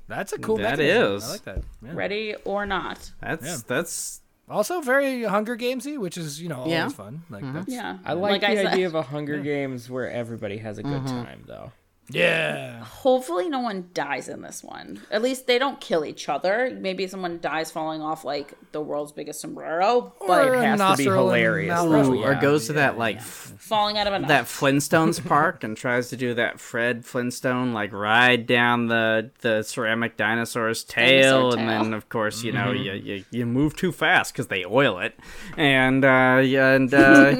E: That's a cool.
D: That
E: mechanism.
D: is.
E: I like that. Yeah.
F: ready or not.
D: That's
E: Yeah.
D: that's
E: Also, very Hunger Gamesy, which is you know always
D: Yeah.
E: fun. Like that's,
F: Yeah,
C: I like, the
F: said,
C: idea of a Hunger Games where everybody has a good time, though.
E: yeah,
F: Hopefully, no one dies in this one. At least they don't kill each other. Maybe someone dies falling off like the world's biggest sombrero, but
E: Or
C: It has to be
E: nostril and
C: hilarious.
E: mouth.
C: though,
E: Ooh,
D: or
C: yeah.
D: goes to that like f-
F: falling out of an
D: that Flintstones park and tries to do that Fred Flintstone like ride down the the ceramic dinosaur's tail,
F: Dinosaur
D: and
F: tail.
D: then of course you know you,
C: Mm-hmm.
D: you you move too fast because they oil it, and uh, yeah, and uh,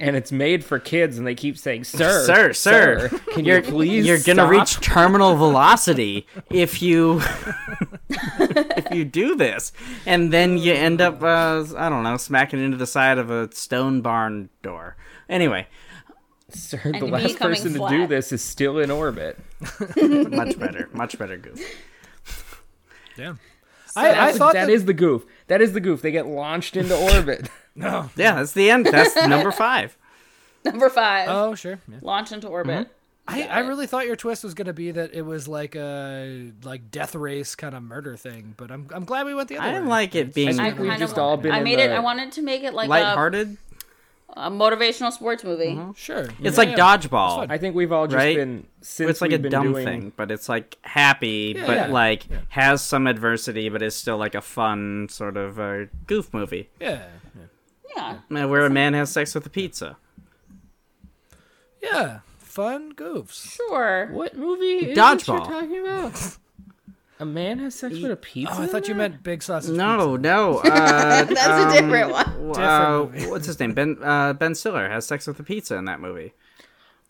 C: and it's made for kids, and they keep saying, "Sir,
D: Sir, sir,
C: can you please?
D: you're gonna
C: stop?"
D: reach terminal velocity if you if you do this, and then you end up uh, I don't know smacking into the side of a stone barn door. Anyway,
C: Sir, the
F: me
C: last
F: coming
C: person to do
F: flat.
C: this is still in orbit.
D: much better, much better goof.
E: yeah. I, I
C: That's-
E: thought
C: that is the goof. That is the goof. They get launched into orbit.
E: no.
D: Yeah, that's the end. That's number five.
F: number five.
E: Oh sure. Yeah.
F: Launch into orbit.
D: Mm-hmm.
E: I, I really thought your twist was gonna be that it was like a like death race kind of murder thing, but I'm I'm glad we went the other
D: I uh,
E: way.
D: didn't like it being
C: I- We've
F: kinda
C: just
F: wa-
C: all been
F: I
C: in
F: made it.
C: the-
F: I wanted to make it like a,
D: lighthearted.
F: a motivational sports movie.
E: Sure.
D: It's like dodgeball.
C: I think we've all just
D: Right?
C: been since
D: It's like
C: we've
D: a
C: been
D: dumb
C: doing,
D: thing, but it's like happy, but
E: yeah.
D: like has some adversity, but is still like a fun sort of uh, goof movie
E: Yeah.
F: Yeah.
D: Uh, where a man has sex with a pizza.
E: Yeah. Fun goofs.
F: Sure.
C: What movie? Is
D: Dodgeball.
C: This you're talking about? A man has sex with a pizza?
E: Oh, I thought you meant big sausage.
D: No, no. Uh,
F: That's a different one.
D: uh, what's his name? Ben uh, Ben Stiller has sex with a pizza in that movie.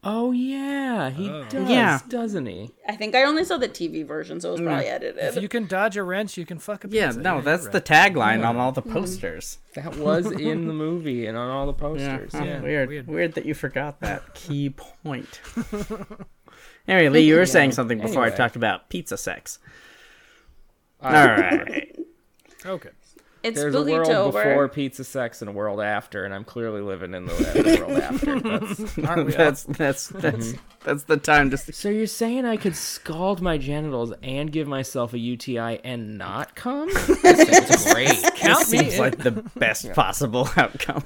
C: Oh yeah, he does,
D: Yeah.
C: doesn't he?
F: I think I only saw the TV version, so it was probably edited.
E: If you can dodge a wrench, you can fuck a
D: Yeah, Mm-hmm.
E: pizza.
D: no, that's the tagline on all the posters.
C: That was in the movie and on all the posters.
D: Huh,
C: Yeah.
D: weird,
E: weird.
D: weird. that you forgot that key point. anyway, Lee, you were saying something before I
C: Anyway.
D: talked about pizza sex.
C: All
E: Uh,
D: All
C: right.
D: right.
E: Okay.
F: it's
C: There's a
F: Spooky
C: world before
F: Tober.
C: pizza sex and a world after, and I'm clearly living in the the world after. That's-
E: Aren't we Mm-hmm. all?
D: that's that's that's that's the time to.
C: So you're saying I could scald my genitals and give myself a UTI and not come? That's great.
E: Count me
D: Seems
E: in.
D: like the best possible outcome.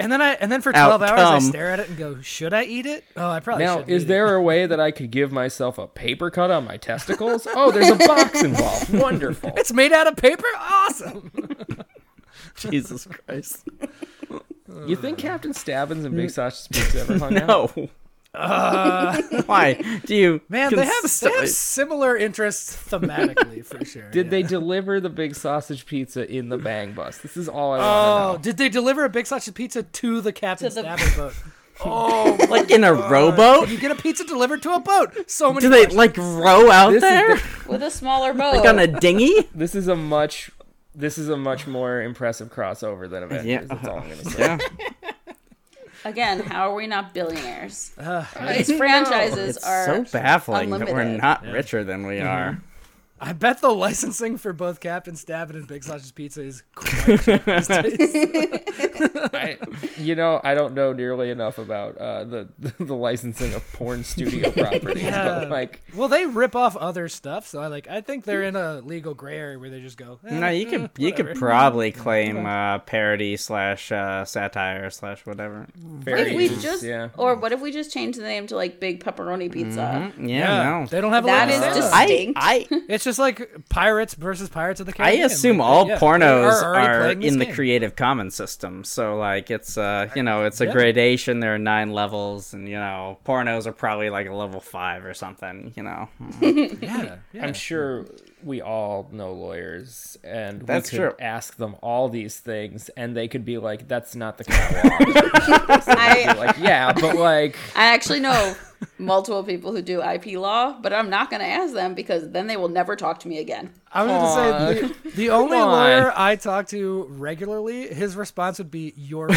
E: and then I and then for twelve hours I
D: Outcome.
E: stare at it and go, should I eat it? Oh, I probably
C: Now,
E: should.
C: is there a way that I could give myself a paper cut on my testicles? Oh, there's a box involved. Wonderful.
E: It's made out of paper. Awesome.
D: Jesus Christ.
C: You
E: Mm.
C: think Captain Stabbins and Big Sausage Pizza ever hung out?
D: No. Why do you?
E: Uh. Man, they have, they
D: constantly-
E: have similar interests thematically for sure.
C: Did
E: yeah.
C: they deliver the Big Sausage Pizza in the bang bus? This is all I
E: Oh,
C: want to know.
E: did they deliver a big sausage pizza to the captain's
F: the-
E: stabbing boat? Oh,
D: like in a
E: You
D: rowboat?
E: get a pizza delivered to a boat. So many.
D: Do they
E: questions.
D: like row out
C: This is
D: there
F: with a smaller boat.
D: like on a dinghy?
C: This is a much, this is a much more impressive crossover than Avengers.
D: Yeah.
C: That's all I'm gonna say.
D: Yeah,
F: Again, how are we not billionaires? These franchises
D: it's
F: are
D: so baffling that we're
F: unlimited. Mm-hmm.
D: not richer than we
E: Mm-hmm.
D: are.
E: I bet the licensing for both Captain Stabbing and Big Sausage Pizza is quite cheap these days.
C: I, you know, I don't know nearly enough about uh, the the licensing of porn studio properties,
E: Yeah.
C: but like,
E: Well, they rip off other stuff, so I like. I think they're in a legal gray area where they just go. eh,
D: No, you could
F: Mm-hmm.
D: you could probably claim uh, parody slash uh, satire slash whatever.
E: Mm-hmm.
C: fair
F: If we
C: use,
F: just,
C: yeah.
F: or what if we just change the name to like Big Pepperoni Pizza?
D: Yeah, no.
E: They don't have a
F: That
E: legal
F: is
E: system.
D: I
F: distinct.
D: Mm-hmm. I
E: It's just like pirates versus pirates of the
D: I
E: Caribbean.
D: assume
E: Like,
D: all
E: yeah, they
D: pornos
E: already
D: are,
E: playing this
D: in the
E: game.
D: Creative Commons system, so like it's uh you know it's a gradation. There are nine levels, and you know pornos are probably like a level five or something. You know
E: Yeah, yeah.
C: I'm sure we all know lawyers, and
D: That's
C: we could
D: true.
C: ask them all these things, and they could be like, "That's not the kind of
F: I,
C: law." like, yeah, but like,
F: I actually know multiple people who do IP law, but I'm not going to ask them because then they will never talk to me again.
E: I was gonna say the, the only
C: Come on.
E: lawyer I talk to regularly, his response would be your.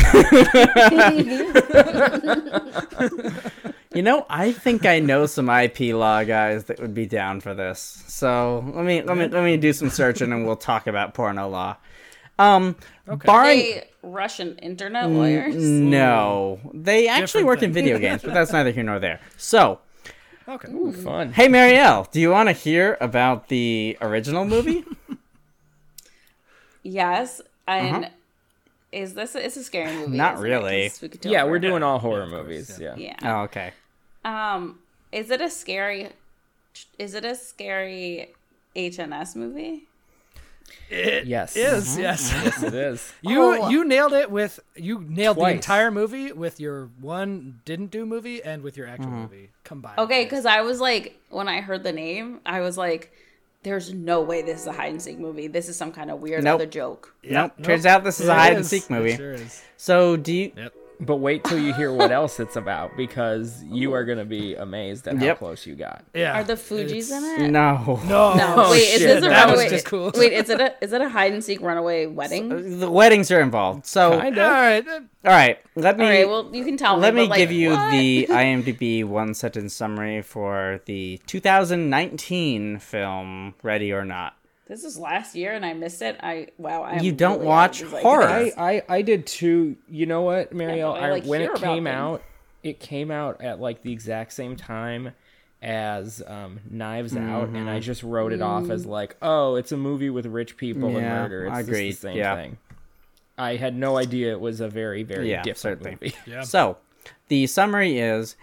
D: You know, I think I know some IP law guys that would be down for this. So let me let me let me do some searching and we'll talk about porno law. Um, barring
F: Hey, Russian internet lawyers.
D: no, they actually
E: Different
D: work
E: thing.
D: in video games, but that's neither here nor there. So,
E: okay.
C: fun.
D: hey Marielle, do you want to hear about the original movie?
F: Yes, and is this is a scary movie?
D: Uh-huh. Not
F: isn't it?
D: really.
F: 'Cause Spooky
C: Yeah,
F: Tober.
C: we're doing all horror movies. Yeah.
F: Yeah.
D: oh, okay.
F: Um, is it a scary? Is it a scary HNS movie?
C: Yes. Mm-hmm.
E: Yes, yes.
C: Yes, it is.
E: You
F: Oh.
E: you nailed it with you nailed
C: Twice.
E: the entire movie with your one didn't do movie and with your actual
C: Mm-hmm.
E: movie combined.
F: Okay, because I was like, when I heard the name, I was like, "There's no way this is a hide and seek movie. This is some kind of weird
D: Nope.
F: other joke."
D: Nope, Turns out this is a
E: It
D: hide and
E: is.
D: seek
E: It
D: movie.
E: sure is.
D: So do you?
E: Yep.
C: But wait till you hear what else it's about because you are going to be amazed at how
D: Yep.
C: close you got.
E: Yeah.
F: Are the Fugees in it?
D: No.
E: No.
F: No. wait, is
C: shit,
F: this a
E: Oh, that was
F: runaway?
E: just cool.
F: Wait, is it a is it a hide and seek runaway wedding?
D: The weddings are involved. So
C: I
D: all
E: All
C: know.
E: right.
D: right, let me.
F: All right, well you can tell
D: Let
F: me.
D: me
F: but, like,
D: give you
F: what?
D: the IMDb one sentence summary for the 2019 film Ready or Not.
F: This is last year and I missed it. I wow. I am
D: You don't
F: really
D: watch
F: out of this, like,
D: horror.
C: I, I, I did too. You know what, Marielle?
F: but I,
C: I,
F: like,
C: when
F: hear
C: it
F: about
C: came
F: them.
C: out, it came out at like the exact same time as um, Knives Out, and I just wrote it off as like, oh, it's a movie with rich people and
D: Yeah,
C: murder. It's
D: agreed,
C: just the same
D: yeah.
C: thing. I had no idea it was a very, very
D: Yeah,
C: different
D: certainly.
C: movie.
D: So, the summary is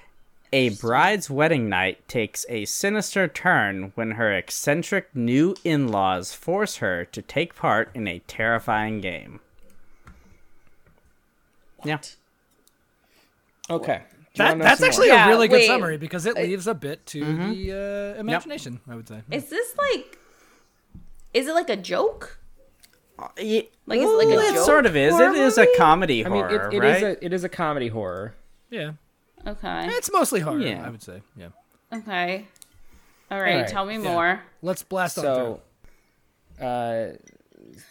D: a bride's wedding night takes a sinister turn when her eccentric new in laws force her to take part in a terrifying game. Yeah.
C: Okay. Do you wanna
E: That,
C: know Mm-hmm.
E: that's
C: some more?
E: actually
F: Yeah,
E: a really
F: wait.
E: good summary because it leaves a bit to the uh, imagination. I would say.
F: Is this like Is it like a joke?
D: Yeah,
F: Like, is it like a
D: well, it
F: joke
D: sort of is.
F: horror
D: It is a
F: movie?
D: comedy
C: I mean,
D: horror,
C: it, it
D: right?
C: is a it is a comedy horror.
E: Yeah.
F: Okay.
E: It's mostly horror,
D: Yeah.
E: I would say. Yeah.
F: Okay. All right.
C: All right,
F: Tell me
E: yeah.
F: more.
E: Let's blast on
C: So, uh,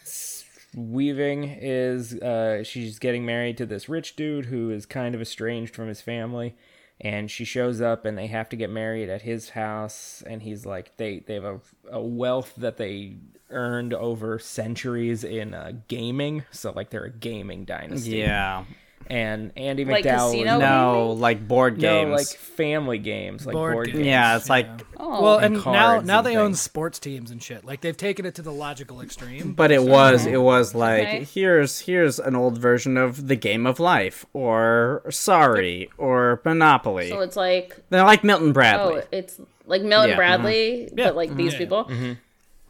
C: s- Weaving is uh, she's getting married to this rich dude who is kind of estranged from his family, and she shows up and they have to get married at his house, and he's like they they have a, a wealth that they earned over centuries in uh, gaming, so like they're a gaming dynasty.
D: yeah.
C: and Andy
F: Like
C: McDowell.
F: casino
C: is-
D: No, like board
C: Oh, no,
D: games.
C: like family games, like board,
E: Board
C: games.
E: games.
D: yeah, it's like,
F: Oh.
E: Well, and,
C: and
E: now
C: cards
E: now
C: and
E: they own
C: things.
E: sports teams and shit. Like they've taken it to the logical extreme.
D: but it was, it was like
F: Okay.
D: here's here's an old version of the game of life, or Sorry, or Monopoly.
F: so it's like
D: They're like Milton Bradley.
F: oh, it's like Mill and
D: Yeah.
F: Bradley,
E: Yeah.
F: but like these
E: Yeah, yeah.
F: people.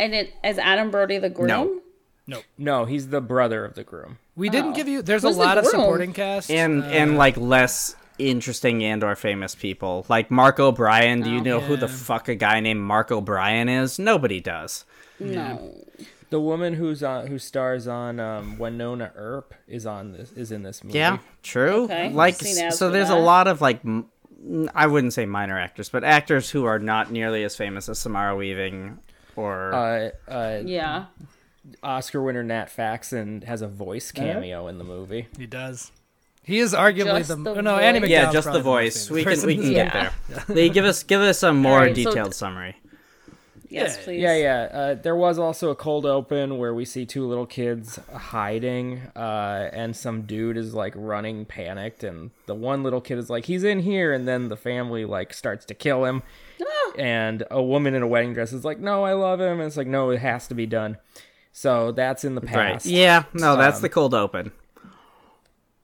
F: And it is Adam Brody the groom.
D: No.
C: No, he's the brother of the groom.
E: we didn't give you. There's
F: Who's
E: a
F: the
E: lot of
F: groom?
E: supporting Uh, cast.
D: and and
F: uh,
D: like less interesting and or famous people like mark o'brien
F: Oh,
D: do you know who the fuck a guy named mark o'brien is nobody does
F: No.
C: The woman who's on who stars on um, Winona Earp is on this is in this movie.
D: yeah true
F: Okay,
D: like
F: seen ads
D: so
F: for
D: there's a
F: that.
D: lot of like m- i wouldn't say minor actors but actors who are not nearly as famous as samara weaving or
C: Uh, uh,
F: Yeah.
C: Oscar winner Nat Faxon has a voice cameo in the movie.
E: he does. He is arguably
F: Just
E: the, oh,
F: the
E: no Andy
F: voice.
E: McDowell's
D: yeah just
E: probably
D: the
E: most
D: voice
E: famous
D: we can we
E: person.
D: can get
F: Yeah.
D: there they give us give us a more
F: Alright, so
D: detailed
F: th-
D: summary
F: Yes, please.
C: Yeah, yeah. Uh, there was also a cold open where we see two little kids hiding, uh, and some dude is like running panicked, and the one little kid is like, "He's in here," and then the family like starts to kill him,
D: Ah.
C: and a woman in a wedding dress is like, "No, I love him," and it's like, "No, it has to be done." So that's in the
D: right
C: past.
D: yeah no that's
C: Um,
D: the cold open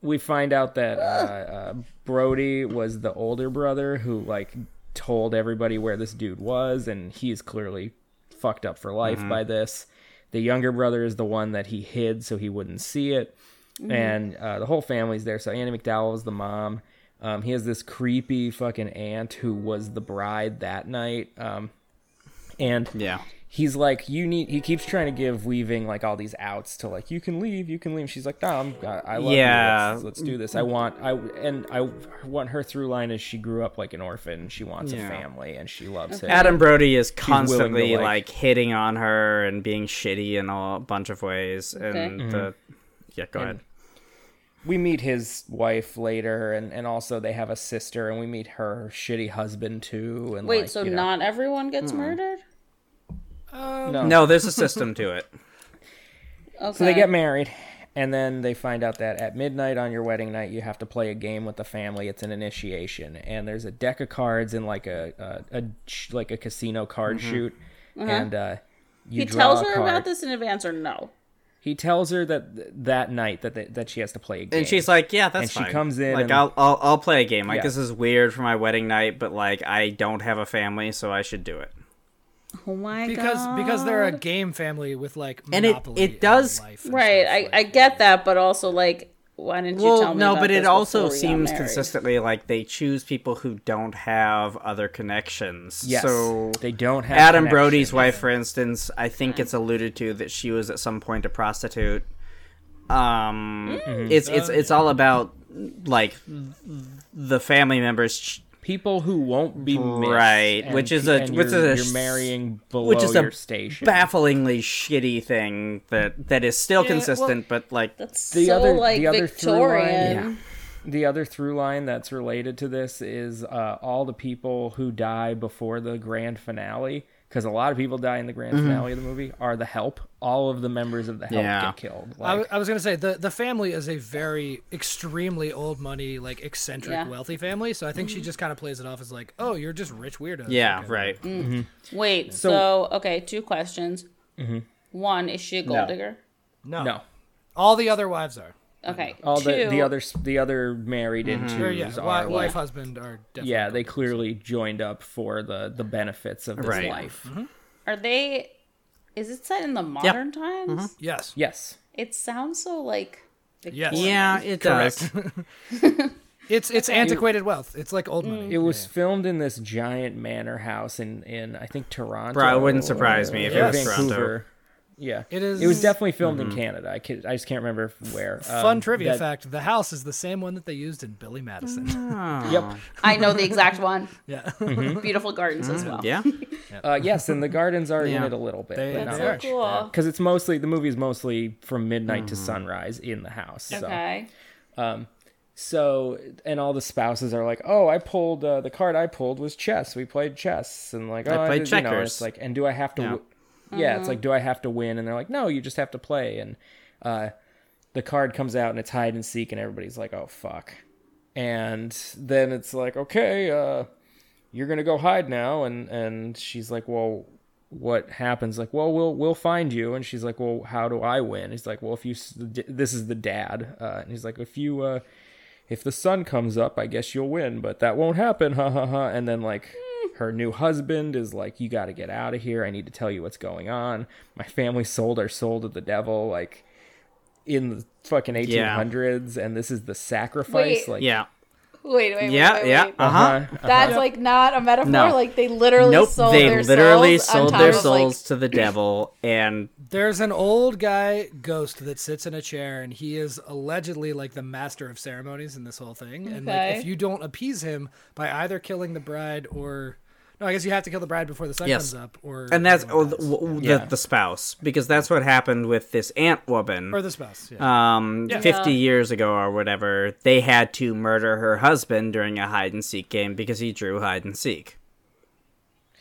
C: we find out that uh, uh, Brody was the older brother who like told everybody where this dude was, and he's clearly fucked up for life by this. The younger brother is the one that he hid so he wouldn't see it, and uh, the whole family's there. So Annie McDowell is the mom. Um, he has this creepy fucking aunt who was the bride that night, um, and
D: yeah
C: he's like, you need. He keeps trying to give Weaving like all these outs to like, you can leave, you can leave. She's like, no, I'm, I, I love
D: Yeah.
C: you. Let's, let's do this. I want, I and I want her through line is she grew up like an orphan. She wants a
D: Yeah.
C: family and she loves him.
D: Adam Brody is
C: willing to,
D: constantly
C: like-
D: like, hitting on her and being shitty in a bunch of ways. And
F: Okay.
D: the yeah, go ahead.
C: we meet his wife later, and and also they have a sister, and we meet her shitty husband too. And
F: Wait,
C: like,
F: so
C: you know.
F: not everyone gets murdered?
D: No, there's a system to it.
F: Okay.
C: So they get married, and then they find out that at midnight on your wedding night, you have to play a game with the family. It's an initiation, and there's a deck of cards and like a a, a ch- like a casino card
D: Mm-hmm.
C: shoot, and uh, you
F: Uh-huh. He
C: draw
F: tells
C: a
F: her
C: card.
F: about this in advance or no?
C: He tells her that th- that night that they, that she has to play a game,
D: And she's like, "Yeah, that's
C: And she
D: fine."
C: comes in
D: like,
C: and-
D: I'll, "I'll I'll play a game. Like
C: Yeah.
D: this is weird for my wedding night, but like I don't have a family, so I should do it."
F: Oh my
E: because
F: god.
E: because they're a game family with like
D: And it-
E: monopoly
D: it does-
E: life and
F: Right.
E: stuff,
F: I,
E: like-
F: I get that, but also like why didn't you tell
D: Well,
F: me
D: no,
F: about
D: but it
F: this
D: also
F: before we got
D: seems
F: married?
D: consistently like they choose people who don't have other connections.
C: yes,
D: So
C: they don't have
D: Adam
C: connection.
D: Brody's wife, for instance, I
F: Mm.
D: think it's alluded to that she was at some point a prostitute. Um,
F: Mm.
D: it's it's it's all about like the family members, ch-
C: people who won't be missed,
D: Right,
C: and
D: which is
C: pe-
D: a-
C: and
D: which
C: you're,
D: is a
C: you're
D: s-
C: marrying below
D: which is a
C: your station.
D: bafflingly shitty thing that that is still consistent, but like
F: That's
C: The
F: so
C: other-
F: like
C: the other through line-
F: Victorian.
C: the other through line that's related to this is uh, all the people who die before the grand finale because a lot of people die in the grand finale of the movie are the help all of the members of the help
D: Mm-hmm. Yeah.
C: get killed
E: I, w-
C: like
E: I was gonna say the, the family is a very extremely old money like eccentric
F: Yeah.
E: wealthy family so I think she just kind of plays it off as like oh you're just rich weirdos
D: Mm-hmm. yeah,
E: Okay.
D: right.
F: mm, Wait, so, okay, two questions. One, is she a gold
D: No.
F: digger?
E: no
C: no
E: all the other wives are
F: Okay.
C: all
F: two,
C: the the other s- the other married
D: Mm-hmm.
C: into
E: Or, yeah,
C: are
E: wi-
C: like
E: wife husband are definitely
C: yeah they clearly joined up for the the benefits of this
D: Right.
C: life
F: Are they is it set in the modern times?
E: yes
C: yes
F: It sounds so like
E: yes
D: Yeah, it does.
E: it's it's antiquated wealth it's like old money
F: Mm.
C: it was filmed in this giant manor house in in i think toronto
D: Bro, it wouldn't surprise me if
C: or
D: it was Toronto. Mm-hmm.
C: Vancouver. Yeah,
E: It is-
C: It was definitely filmed in Canada. I can, I just can't remember where.
E: Fun
C: Um,
E: trivia
C: that-
E: fact: the house is the same one that they used in Billy Madison.
F: Ah,
C: Yep.
F: I know the exact one.
E: yeah,
F: Beautiful gardens as well.
D: Yeah.
C: Uh, yes, and the gardens are in
D: Yeah.
C: it a little bit,
E: They-
C: but
E: they
C: not
E: are.
F: So cool.
C: because it's mostly the movie is mostly from midnight
D: Mm.
C: to sunrise in the house. So.
F: Okay.
C: so and all the spouses are like, oh, I pulled uh, the card I pulled was chess. We played chess, and like,
D: I
C: oh,
D: played
C: did- you know,
D: checkers.
C: it's like, and do I have to?
D: Yeah.
C: Yeah, yeah it's like, do I have to win? And they're like, no, you just have to play. And uh, the card comes out and it's hide and seek, and everybody's like, oh fuck. And then it's like, okay, uh, you're gonna go hide now. And and she's like, well, what happens like well we'll we'll find you and she's like well how do i win he's like well if you s- this is the dad uh, and he's like if you uh if the sun comes up i guess you'll win but that won't happen ha ha ha and then like her new husband is like you got to get out of here i need to tell you what's going on my family sold our soul to the devil like in the fucking 1800s and this is the sacrifice
F: Wait.
C: like
D: Yeah.
F: Wait, wait, wait.
D: Yeah.
F: wait,
D: Yeah.
F: wait.
D: Uh
C: Uh-huh.
D: huh.
F: That's
E: Uh-huh.
F: like not a metaphor.
D: No.
F: Like they literally
D: Nope.
F: sold
D: They
F: their
D: literally
F: souls on
D: sold
F: top
D: their
F: of, like-
D: souls to the devil, and
E: there's an old guy ghost that sits in a chair, and he is allegedly like the master of ceremonies in this whole thing. And like,
F: Okay.
E: if you don't appease him by either killing the bride or no, I guess you have to kill the bride before the sun
D: Yes.
E: comes up, or
D: and that's oh,
E: everyone
D: the,
E: dies.
D: w- the,
C: Yeah.
D: the spouse because that's what happened with this ant woman.
E: or the spouse. Yeah.
D: um,
E: Yeah.
D: 50 years ago or whatever, they had to murder her husband during a hide and seek game because he drew hide and seek.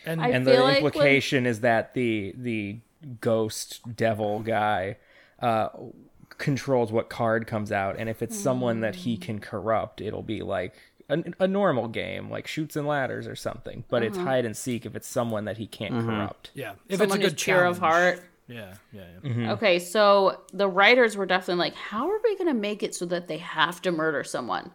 E: and
F: I
C: and
F: feel
C: the
F: like when-
C: implication is that the the ghost devil guy uh controls what card comes out and if it's someone that he can
F: Hmm.
C: corrupt it'll be like a, a normal game like shoots and ladders or something but
F: Uh-huh.
C: it's hide and seek if it's someone that he can't corrupt
E: yeah, if
F: Someone
E: it's a
F: who's
E: good
F: pure
E: challenge.
F: of heart.
E: Yeah, yeah, yeah.
D: Mm-hmm.
F: Okay, so the writers were definitely like, how are we going to make it so that they have to murder someone?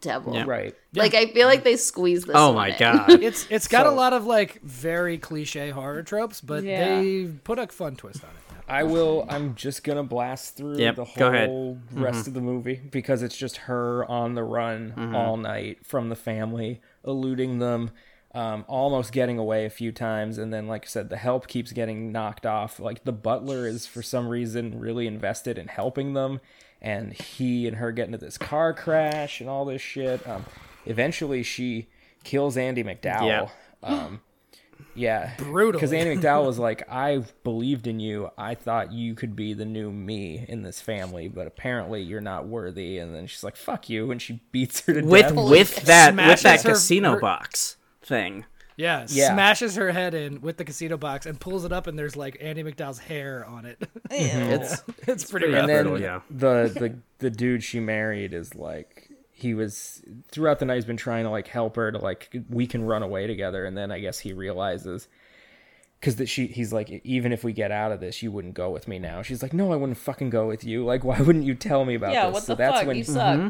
F: Devil.
C: right
F: Like, I feel like they squeezed this.
D: Oh
F: one
D: my
F: in.
D: god.
E: It's it's got a
C: So-
E: lot of like very cliche horror tropes, but
F: Yeah.
E: they put a fun twist on it.
C: i will i'm just gonna blast through
D: Yep,
C: the whole
D: go ahead. Mm-hmm.
C: rest of the movie because it's just her on the run
D: Mm-hmm.
C: all night from the family eluding them um, almost getting away a few times and then like i said the help keeps getting knocked off like the butler is for some reason really invested in helping them and he and her get into this car crash and all this shit um, eventually she kills andy
D: Yeah.
C: mcdowell um, yeah
E: Brutally.
C: because andy mcdowell was like i believed in you i thought you could be the new me in this family but apparently you're not worthy and then she's like fuck you and she beats her to
D: with
C: death
D: with that with
E: Smashes
D: that
E: her-
D: casino
E: her-
D: box thing.
E: Yeah,
C: Yeah.
E: smashes her head in with the casino box and pulls it up, and there's like Andy McDowell's hair on it.
D: It's
E: it's pretty
D: pretty
E: rough.
C: and then
D: brutal, yeah.
C: the the the dude she married is like he was throughout the night he's been trying to like help her to like we can run away together and then i guess he realizes because that she he's like even if we get out of this you wouldn't go with me now she's like no i wouldn't fucking go with you like why wouldn't you tell me about
F: Yeah,
C: this
F: what
C: so
F: the
C: that's
F: fuck?
C: when
F: You suck.
D: Mm-hmm.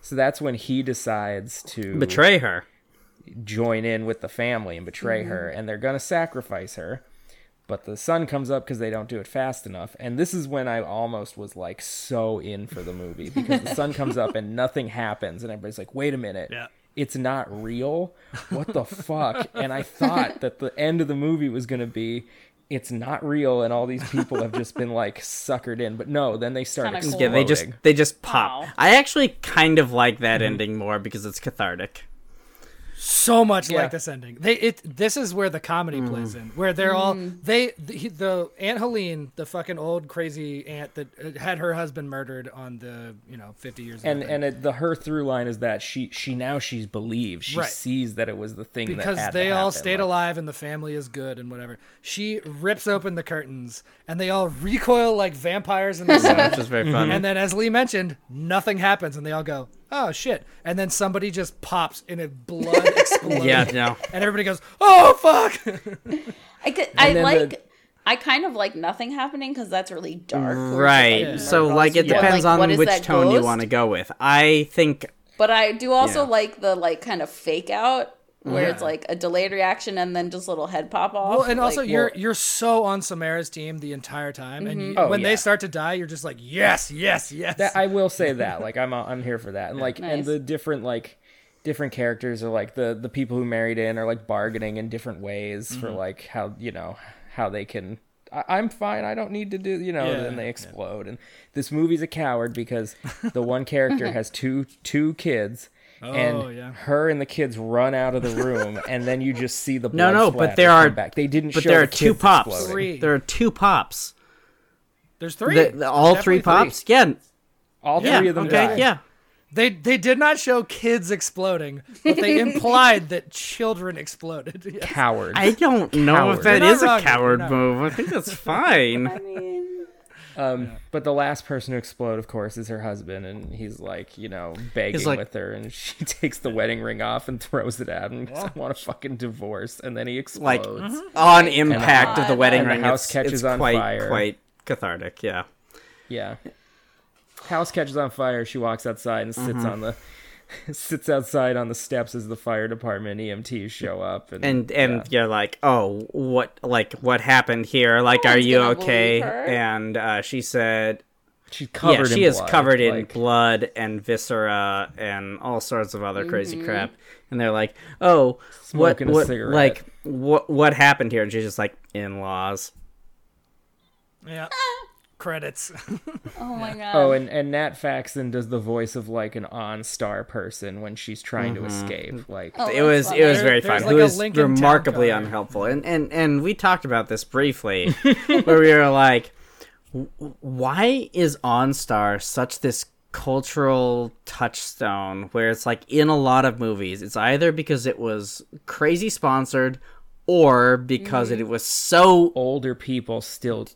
C: so that's when he decides to
D: betray her.
C: join in with the family and betray her
E: Mm-hmm.
C: and they're going to sacrifice her but the sun comes up because they don't do it fast enough and this is when i almost was like so in for the movie because the sun comes up and nothing happens and everybody's like wait a minute
E: Yeah.
C: it's not real what the fuck and i thought that the end of the movie was going to be it's not real and all these people have just been like suckered in but no then they start
F: Kinda cool.
D: Yeah,
C: exploding
D: they just they just pop.
F: Wow.
D: I actually kind of like that ending more because it's cathartic.
E: so much
C: Yeah. Mm.
E: like this ending. They it this is where the comedy plays in, where they're all they the, he- the Aunt Helene, the fucking old crazy aunt that uh, had her husband murdered on the you know fifty years ago
C: and
E: thing.
C: and it, the her through line is that she she now she's believes she
E: Right.
C: sees that it was the thing that
E: because
C: had to
E: they all
C: happen,
E: stayed
C: like-
E: alive and the family is good and whatever. She rips open the curtains and they all recoil like vampires in the sun.
D: Which is very funny.
E: And then, as Lee mentioned, nothing happens, and they all go, "Oh shit!" And then somebody just pops in a blood explosion,
D: yeah, no.
E: and everybody goes, "Oh fuck!"
F: I, could, I
C: then
F: like.
C: the-
F: I kind of like nothing happening because that's really dark. where it's
D: Right.
F: like,
D: So
F: murder
D: like it
F: all these people.
D: depends
F: Like, what
D: on
F: is
D: which
F: that
D: tone you
F: ghost?
D: want to go with. I think
F: But I do also
D: Yeah.
F: like the like kind of fake out where it's like a delayed reaction and then just a little head pop off.
E: Well, and also
F: like-
E: you're you're so on Samara's team the entire time, and you,
C: Oh,
E: when they
C: yeah.
E: start to die, you're just like, "Yes, yes, yes."
C: That- I will say that. Like I'm uh, I'm here for that. And like and
F: Nice.
C: the different like different characters are like the the
E: Mm-hmm.
C: people who married in are like bargaining in different ways for like how you know how they can I- I'm fine. I don't need to do, you know.
E: Yeah,
C: and then they
E: yeah.
C: explode. And this movie's a coward because the one character has two two kids,
E: Oh,
C: and
E: yeah.
C: her and the kids run out of the room, and then you just see the
D: No,
C: blood
D: no, but
C: splatter
D: there
C: come
D: are-
C: back. They didn't.
D: But
C: show
D: there
C: the
D: are two
C: kids
D: pops.
C: exploding.
E: Three.
D: There are two pops.
E: There's three.
D: The- the- all
E: There's
D: three
E: definitely
D: pops. Yeah.
C: All three
D: Yeah.
C: of them
D: okay.
C: die.
D: Yeah.
E: They they did not show kids exploding, but they implied that children exploded. Yeah.
C: Cowards.
D: I don't know if
C: Coward.
D: that
E: You're not
D: is a
E: wrong.
D: coward
E: You're not
D: move. I think that's fine.
F: I mean,
C: Um, But the last person to explode, of course, is her husband, and he's like, you know, begging
D: like-
C: with her, and she takes the wedding ring off and throws it at him because I want a fucking divorce, and then he
D: Like
C: explodes.
D: on impact of the
F: God.
D: wedding
C: Mm-hmm. And the
D: ring,
C: house
D: it's,
C: catches
D: it's
C: on
D: quite
C: fire.
D: quite cathartic. Yeah.
C: Yeah. House catches on fire. She walks outside and
D: Mm-hmm.
C: sits on the sits outside on the steps as the fire department EMTs show up. And,
D: and and you're like oh what like what happened here like
F: No
D: are
F: one's
D: you
F: gonna
D: okay
F: believe her.
D: and uh, she said
C: she's covered.
D: yeah she
C: in
D: is
C: blood,
D: covered in
C: like-
D: blood and viscera and all sorts of other crazy crap and they're like oh what,
C: Mm-hmm. Smoking a
D: what
C: cigarette.
D: like what what happened here and she's just like in-laws
E: Yeah. Credits.
F: oh my god.
C: Oh, and, and Nat Faxon does the voice of like an OnStar person when she's trying to
D: Mm-hmm.
C: escape. Like,
F: Oh,
D: it was
F: that's
D: it was
F: funny.
D: very
E: There- there's
D: fun.
E: like
D: it
E: a
D: was
E: Lincoln Town
D: remarkably
E: Car.
D: unhelpful, and and and we talked about this briefly, where we were like, w- why is OnStar such this cultural touchstone? Where it's like in a lot of movies, it's either because it was crazy sponsored, or because
F: Mm-hmm.
D: it was so
C: older people still.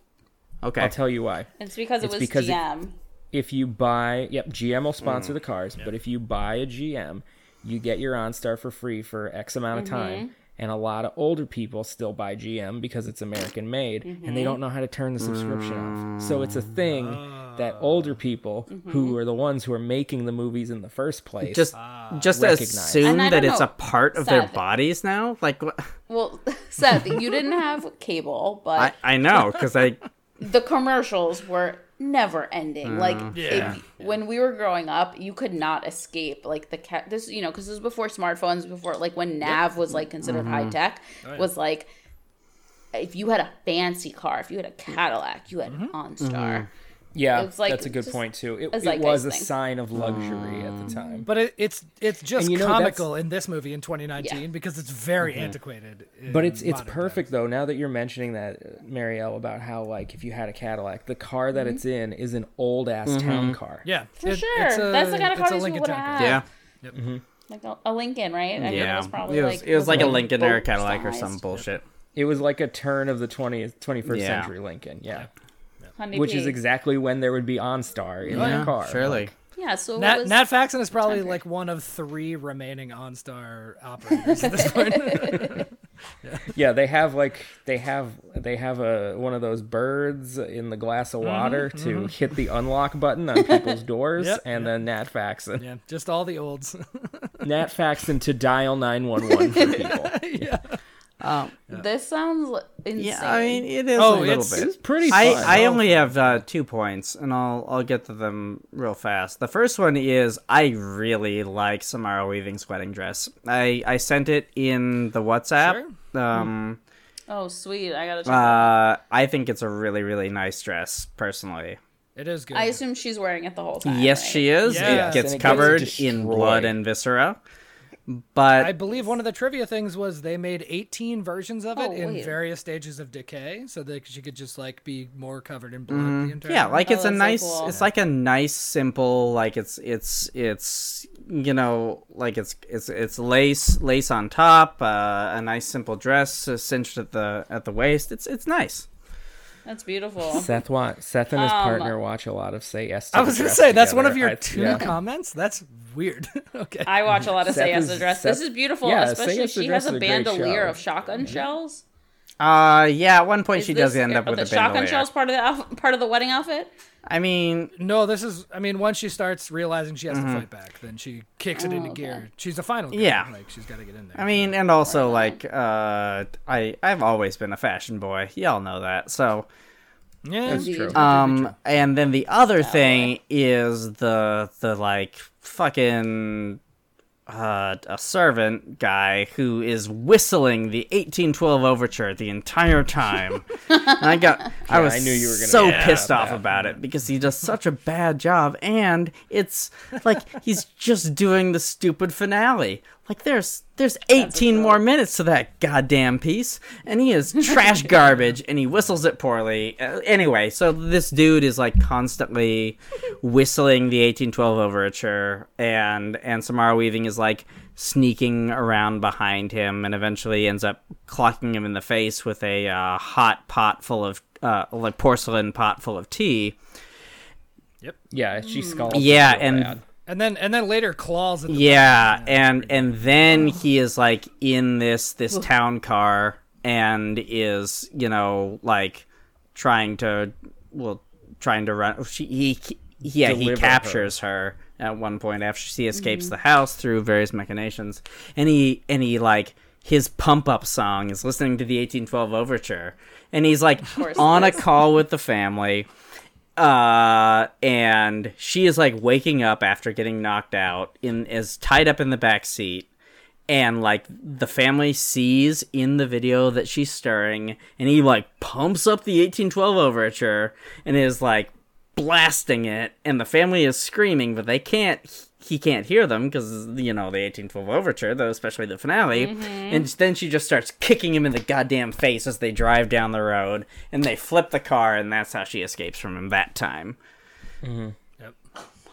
D: okay.
C: I'll tell you why.
F: It's because it
C: It's
F: was
C: because it-
F: GM.
C: if you buy yep gm will sponsor the cars but if you buy a gm you get your onstar for free for x amount of
F: Mm-hmm.
C: time and a lot of older people still buy gm because it's american made
F: Mm-hmm.
C: and they don't know how to turn the subscription off so it's a thing that older people
F: Mm-hmm.
C: who are the ones who are making the movies in the first place
D: just
E: Ah,
D: just
C: recognize.
D: assume
F: And I
D: that
F: don't
D: it's
F: know,
D: a part of their
F: Seth.
D: bodies now. Like what?
F: Well, Seth, you didn't have cable, but
D: I I know because I
F: the commercials were never
D: Mm.
F: ending. like
E: yeah.
F: if, when we were growing up, you could not escape like the cat. This you know because this was before smartphones, before like when Nav was like considered
D: Mm-hmm.
F: high tech,
E: Oh,
F: was like if you had a fancy car, if you had a Cadillac, you had
E: Mm-hmm.
F: OnStar.
D: Mm-hmm.
C: yeah
F: it's like
C: that's a good
F: just
C: point too
F: a
C: it, it was
F: zeitgeist
C: a
F: thing.
C: sign of luxury at the time
E: But it, it's it's just
C: And you know, that's-
E: comical in this movie in 2019
F: Yeah.
E: because it's very antiquated. in
C: But it's it's
E: modern
C: perfect though. Now that you're mentioning that, uh, Marielle, about how like if you had a Cadillac, the car that it's in is an old ass town car.
E: Yeah,
F: For sure. That's the kind of car these people would have.
D: yeah.
F: Like a, a Lincoln, right? I mean,
D: Yeah,
F: it was probably like
D: it was like a Lincoln or a
F: boat
D: Cadillac or
F: sized.
D: some bullshit.
C: It was like a turn of the 20th 21st
D: Yeah.
C: century Lincoln. Yeah.
F: Honey
C: Which is
F: Pea.
C: exactly when there would be OnStar in that car.
D: surely.
F: yeah. So
E: Nat,
F: it was,
E: Nat Faxon is probably like one of three remaining OnStar operators at this point.
C: Yeah, they have like they have they have a one of those birds in the glass
E: Mm-hmm,
C: of water to hit the unlock button on people's doors
E: Yep,
C: and then Nat Faxon.
E: yeah, just all the olds.
C: Nat Faxon to dial 911 for people.
F: this sounds l- insane.
D: Yeah, I mean it is
E: Oh,
D: a little
E: it's-
D: bit.
C: It's pretty
D: I,
C: fun.
D: I only have uh, two points, and I'll I'll get to them real fast. The first one is I really like Samara Weaving's wedding dress. I, I sent it in the WhatsApp. Um,
F: oh sweet, I gotta. Check that out.
D: uh, I think it's a really really nice dress, personally.
E: It is good.
F: I assume she's wearing it the whole time.
D: Yes,
F: right?
D: she is.
E: Yes,
D: It gets
C: and it gets
D: covered in
C: destroyed.
D: blood and viscera, but
E: I believe one of the trivia things was they made 18 versions of it
F: Oh,
E: in
F: wait.
E: various stages of decay, so that she could just like be more covered in blood
C: Mm-hmm.
E: the entire.
D: yeah like
F: Oh,
D: it's a
F: that's so
D: nice
F: cool.
D: it's like a nice simple like it's it's it's you know like it's it's it's lace lace on top uh, a nice simple dress uh, cinched at the at the waist it's it's nice
F: That's beautiful.
C: Seth wa- Seth and his partner watch a lot of Say Yes. To
E: I
C: the
E: was gonna
C: Dress
E: say that's one of your
C: together. I-
E: two
C: yeah.
E: comments. That's weird. okay.
F: I watch a lot of
C: Seth
F: Say Yes
C: is-
F: to Dress.
C: Seth-
F: this is beautiful,
C: yeah, Say
F: especially
C: Yes
F: if
C: to
F: she
C: Dress
F: has a
C: is a great
F: bandolier
C: show.
F: of shotgun shells.
D: uh yeah at one point
F: Is
D: she
F: this-
D: does end up
F: are
D: with
F: the
D: a
F: shotgun
D: bandolier
F: shells part of the outf- part of the wedding outfit.
D: i mean
E: No, this is. I mean, once she starts realizing she
C: Mm-hmm.
E: has to fight back, then she kicks it into
F: okay.
E: gear. She's a final. Girl.
D: Yeah.
E: like she's got to get in there.
D: i mean and also like uh i i've always been a fashion boy y'all know that so
E: yeah,
C: true.
D: Um, and then the other thing is the the like fucking uh, a servant guy who is whistling the 1812 overture the entire time. and I got, I was
C: I knew you were gonna-
D: so
C: Yeah,
D: pissed off about it because he does such a bad job, and it's like he's just doing the stupid finale. Like there's there's 18 more minutes to that goddamn piece, and he is trash garbage, and he whistles it poorly. Uh, anyway, so this dude is like constantly whistling the 1812 overture, and and Samara Weaving is like sneaking around behind him, and eventually ends up clocking him in the face with a uh, hot pot full of uh, like porcelain pot full of tea.
C: Yeah, she scalped.
D: Yeah,
C: real
D: and
C: bad.
E: And then and then later claws at the
D: Yeah, and and then he is like in this this town car and is you know like trying to well trying to run. She he, he yeah
C: Deliver
D: he
C: her.
D: captures her. at one point after she
F: Mm-hmm.
D: escapes the house through various machinations, and he and he like his pump up song is listening to the 1812 overture, and he's like
F: course
D: on
F: it
D: a call with the family uh and she is like waking up after getting knocked out in is tied up in the back seat and like the family sees in the video that she's stirring and he like pumps up the 1812 overture and is like blasting it and the family is screaming but they can't he can't hear them because you know the 1812 overture though especially the finale and then she just starts kicking him in the goddamn face as they drive down the road and they flip the car and that's how she escapes from him that time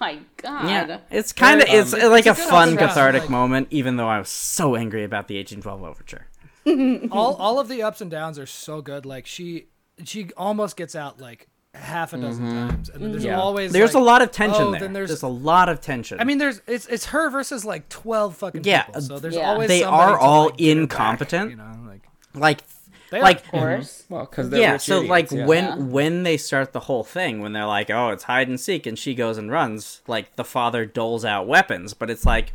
F: My God.
D: yeah it's kind of it's like a
F: good
D: fun
F: alternative.
D: cathartic
E: Like-
D: moment even though i was so angry about the 1812 overture
E: all all of the ups and downs are so good. Like she she almost gets out like half a dozen
C: Mm-hmm.
E: times, and then there's
C: Yeah.
E: always
D: there's
E: like,
D: a lot of tension
E: oh,
D: there
E: Then
D: there's...
E: there's,
D: a lot of tension
E: I mean, there's it's it's her versus like twelve fucking
D: Yeah,
E: people. So there's
F: yeah.
E: always
D: They
E: somebody
D: are
E: to,
D: all
E: like, get her back,
D: incompetent.
E: you know, like
D: like
E: They are-
D: like
F: Of course.
D: Mm-hmm.
C: Well, because
D: yeah so like when
F: Yeah.
D: when they start the whole thing when they're like oh it's hide and seek and she goes and runs like the father doles out weapons but it's like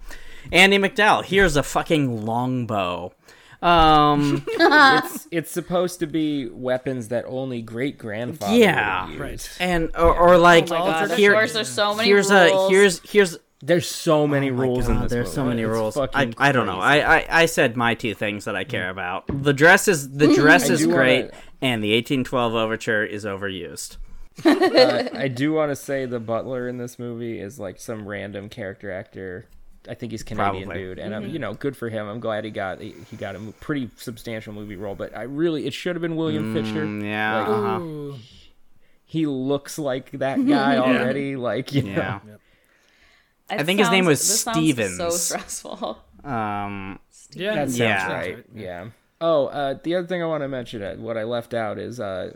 D: andy mcdowell here's a fucking longbow um
C: it's it's supposed to be weapons that only great grandfather.
D: Yeah.
C: would use.
E: right.
D: and or, or like
F: Oh my God. Of
D: here-
F: course, there's so many
D: here's
F: rules.
D: a here's here's
C: There's so many
D: Oh my
C: rules in
D: God,
C: this.
D: There's so
C: movie.
D: many
C: It's
D: rules. I,
C: fucking
D: I don't know.
C: crazy. Mm.
D: I, I, I said my two things that I care about. The dress is the dress
C: I
D: is
C: do wanna-
D: great, and the 1812 overture is overused.
C: Uh, I do want to say the butler in this movie is like some random character actor. I think he's Canadian
D: Probably.
C: dude, and I'm you know good for him. I'm glad he got he he got a mo- pretty substantial movie role, but I really it should have been William Fisher.
D: Yeah,
C: Like-
D: uh-huh.
E: Ooh.
C: He looks like that guy already. Like you
D: yeah.
F: I
D: think his name was Stevens.
F: So stressful.
D: Um,
E: yeah,
C: That sounds
D: Yeah.
C: right. Yeah. Oh, uh, the other thing I want to mention, uh, what I left out is uh,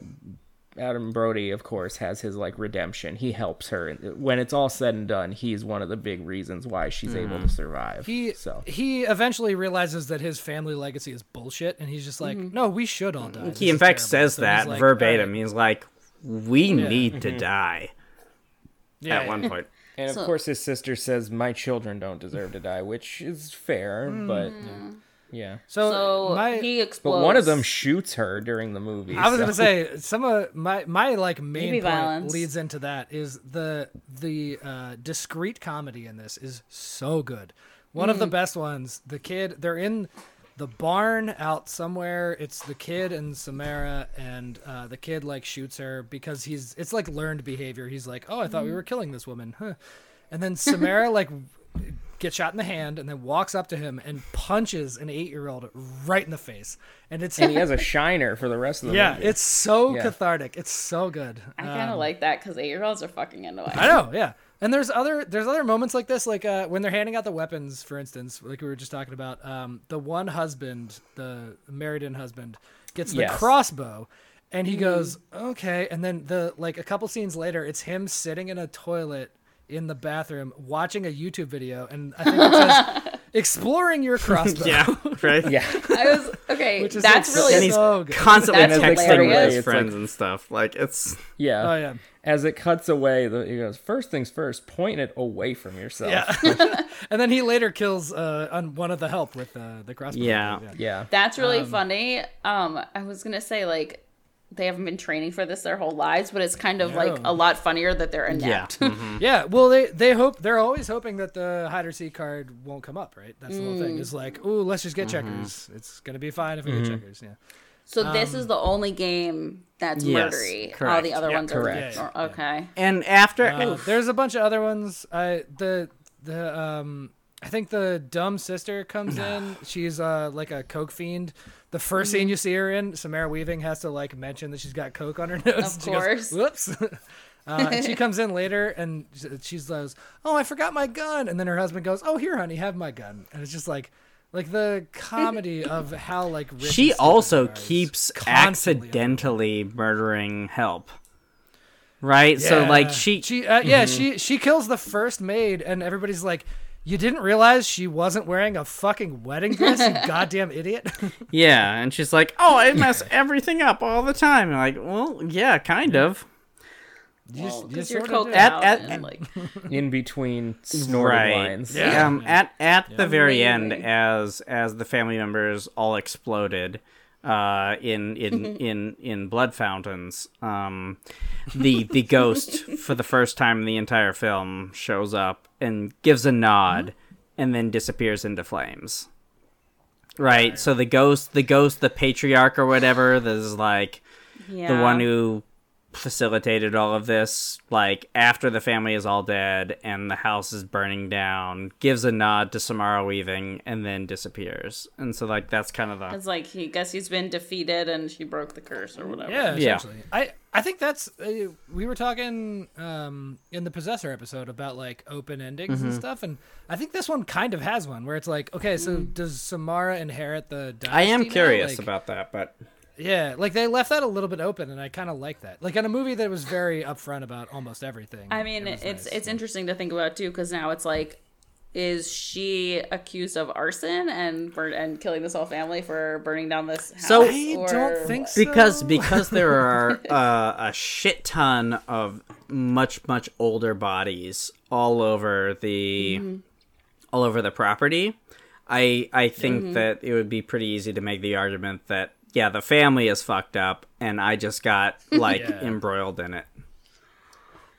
C: Adam Brody, of course, has his like redemption. He helps her And when it's all said and done. He's one of the big reasons why she's able to survive.
E: He
C: so
E: he eventually realizes that his family legacy is bullshit, and he's just like,
F: Mm-hmm.
E: no, we should all die.
D: he in fact says that verbatim. He's like, "We need
E: Mm-hmm.
D: to die." at one point,
C: and of
F: So-
C: course his sister says, "My children don't deserve to die," which is fair, but
E: Mm-hmm.
C: yeah.
E: So,
F: So
E: my,
F: he
C: But
F: explodes.
C: one of them shoots her during the movie.
E: I was
C: so-
E: gonna say some of my my like main
F: Maybe
E: point
F: violence.
E: leads into that is the the uh, discreet comedy in this is so good. One of the best ones. The kid they're in the barn out somewhere. It's the kid and Samara, and uh, the kid like shoots her because he's it's like learned behavior. He's like, oh, I thought we were killing this woman, huh? And then Samara like gets shot in the hand and then walks up to him and punches an eight year old right in the face. And it's
C: he has a shiner for the rest of the
E: yeah,
C: movie.
E: it's so
C: Yeah.
E: cathartic. It's so good.
F: I kind
D: Um,
F: of like that because eight-year-olds are fucking into it.
E: I know, yeah. And there's other there's other moments like this, like uh, when they're handing out the weapons, for instance, like we were just talking about. Um, the one husband, the married-in husband, gets the
C: Yes.
E: crossbow, and he goes, "Okay." And then the like a couple scenes later, it's him sitting in a toilet in the bathroom watching a YouTube video, and I think it says, "Exploring your crossbow."
D: yeah, right.
C: yeah.
F: I was okay.
E: Which is
F: that's
E: like
F: really
D: and he's
E: So good.
D: constantly
F: That's
D: texting with
F: hilarious.
D: his
C: It's like-
D: friends and stuff. Like it's
C: Yeah.
E: Oh yeah.
C: As it cuts away, the, he goes, first things first, point it away from yourself.
E: Yeah. and then he later kills uh, on one of the help with uh, the crossbow.
D: Yeah.
C: Yeah.
F: Um, that's really funny. Um, I was gonna say like they haven't been training for this their whole lives, but it's kind of like a lot funnier that they're inept.
E: Yeah, Mm-hmm. well, they they hope they're always hoping that the hide or seek card won't come up, right? That's the whole thing. It's like, ooh, let's just get checkers. It's gonna be fine if we get checkers. Yeah.
F: so this is the only game that's
D: Yes,
F: murdery. All
D: correct.
F: the other ones are
C: correct.
E: Um, Yeah,
F: or- okay.
D: And after
E: Uh, there's a bunch of other ones. I the the um I think the dumb sister comes in. She's uh like a coke fiend. The first
D: Mm-hmm.
E: scene you see her in, Samara Weaving has to like mention that she's got coke on her nose.
F: Of
E: She goes,
F: course.
E: Whoops. Uh, and she comes in later and sh- she's goes, "Oh, I forgot my gun." And then her husband goes, "Oh, here, honey, have my gun." And it's just like, like the comedy of how like rich and
D: she
E: stupid
D: also
E: they are is
D: keeps
E: constantly on
D: accidentally murdering help. Right? So like
E: Yeah.
D: she, Mm-hmm.
E: she uh, yeah she she kills the first maid and everybody's like you didn't realize she wasn't wearing a fucking wedding dress you goddamn idiot
D: yeah, and she's like, "Oh, I mess everything up all the time." And like, "Well, yeah, kind of."
E: You s- you
F: Because you're
E: sorta
F: coked
E: do.
D: At-
F: out
D: at-
F: and like
C: in between snorted
D: Right.
C: lines.
E: Yeah.
D: Um, at at the very end,
F: Amazing.
D: as as the family members all exploded, uh, in in in in blood fountains, um, the the ghost for the first time in the entire film shows up and gives a nod, and then disappears into flames. Right. So the ghost, the ghost, the patriarch or whatever, that is like
F: yeah.
D: the one who facilitated all of this like after the family is all dead and the house is burning down gives a nod to samara weaving and then disappears and so like that's kind of the
F: It's like he guess he's been defeated and she broke the curse or whatever.
E: yeah
D: Yeah.
E: essentially i i think that's uh, we were talking um in the possessor episode about like open endings
D: Mm-hmm.
E: and stuff and i think this one kind of has one where it's like okay so
F: Mm.
E: does samara inherit the dynasty
D: i am
E: now?
D: curious
E: Like,
D: about that but
E: yeah like they left that a little bit open and i kind of like that like in a movie that was very upfront about almost everything
F: I mean,
E: it was
F: it's
E: nice.
F: it's interesting to think about too, because now it's like, is she accused of arson and burn, and killing this whole family for burning down this house?
D: So-
E: I
F: or
E: don't think so.
D: because because there are uh, a shit ton of much much older bodies all over the
E: Mm-hmm.
D: all over the property i i think
E: Mm-hmm.
D: that it would be pretty easy to make the argument that yeah the family is fucked up and i just got like
E: Yeah.
D: embroiled in it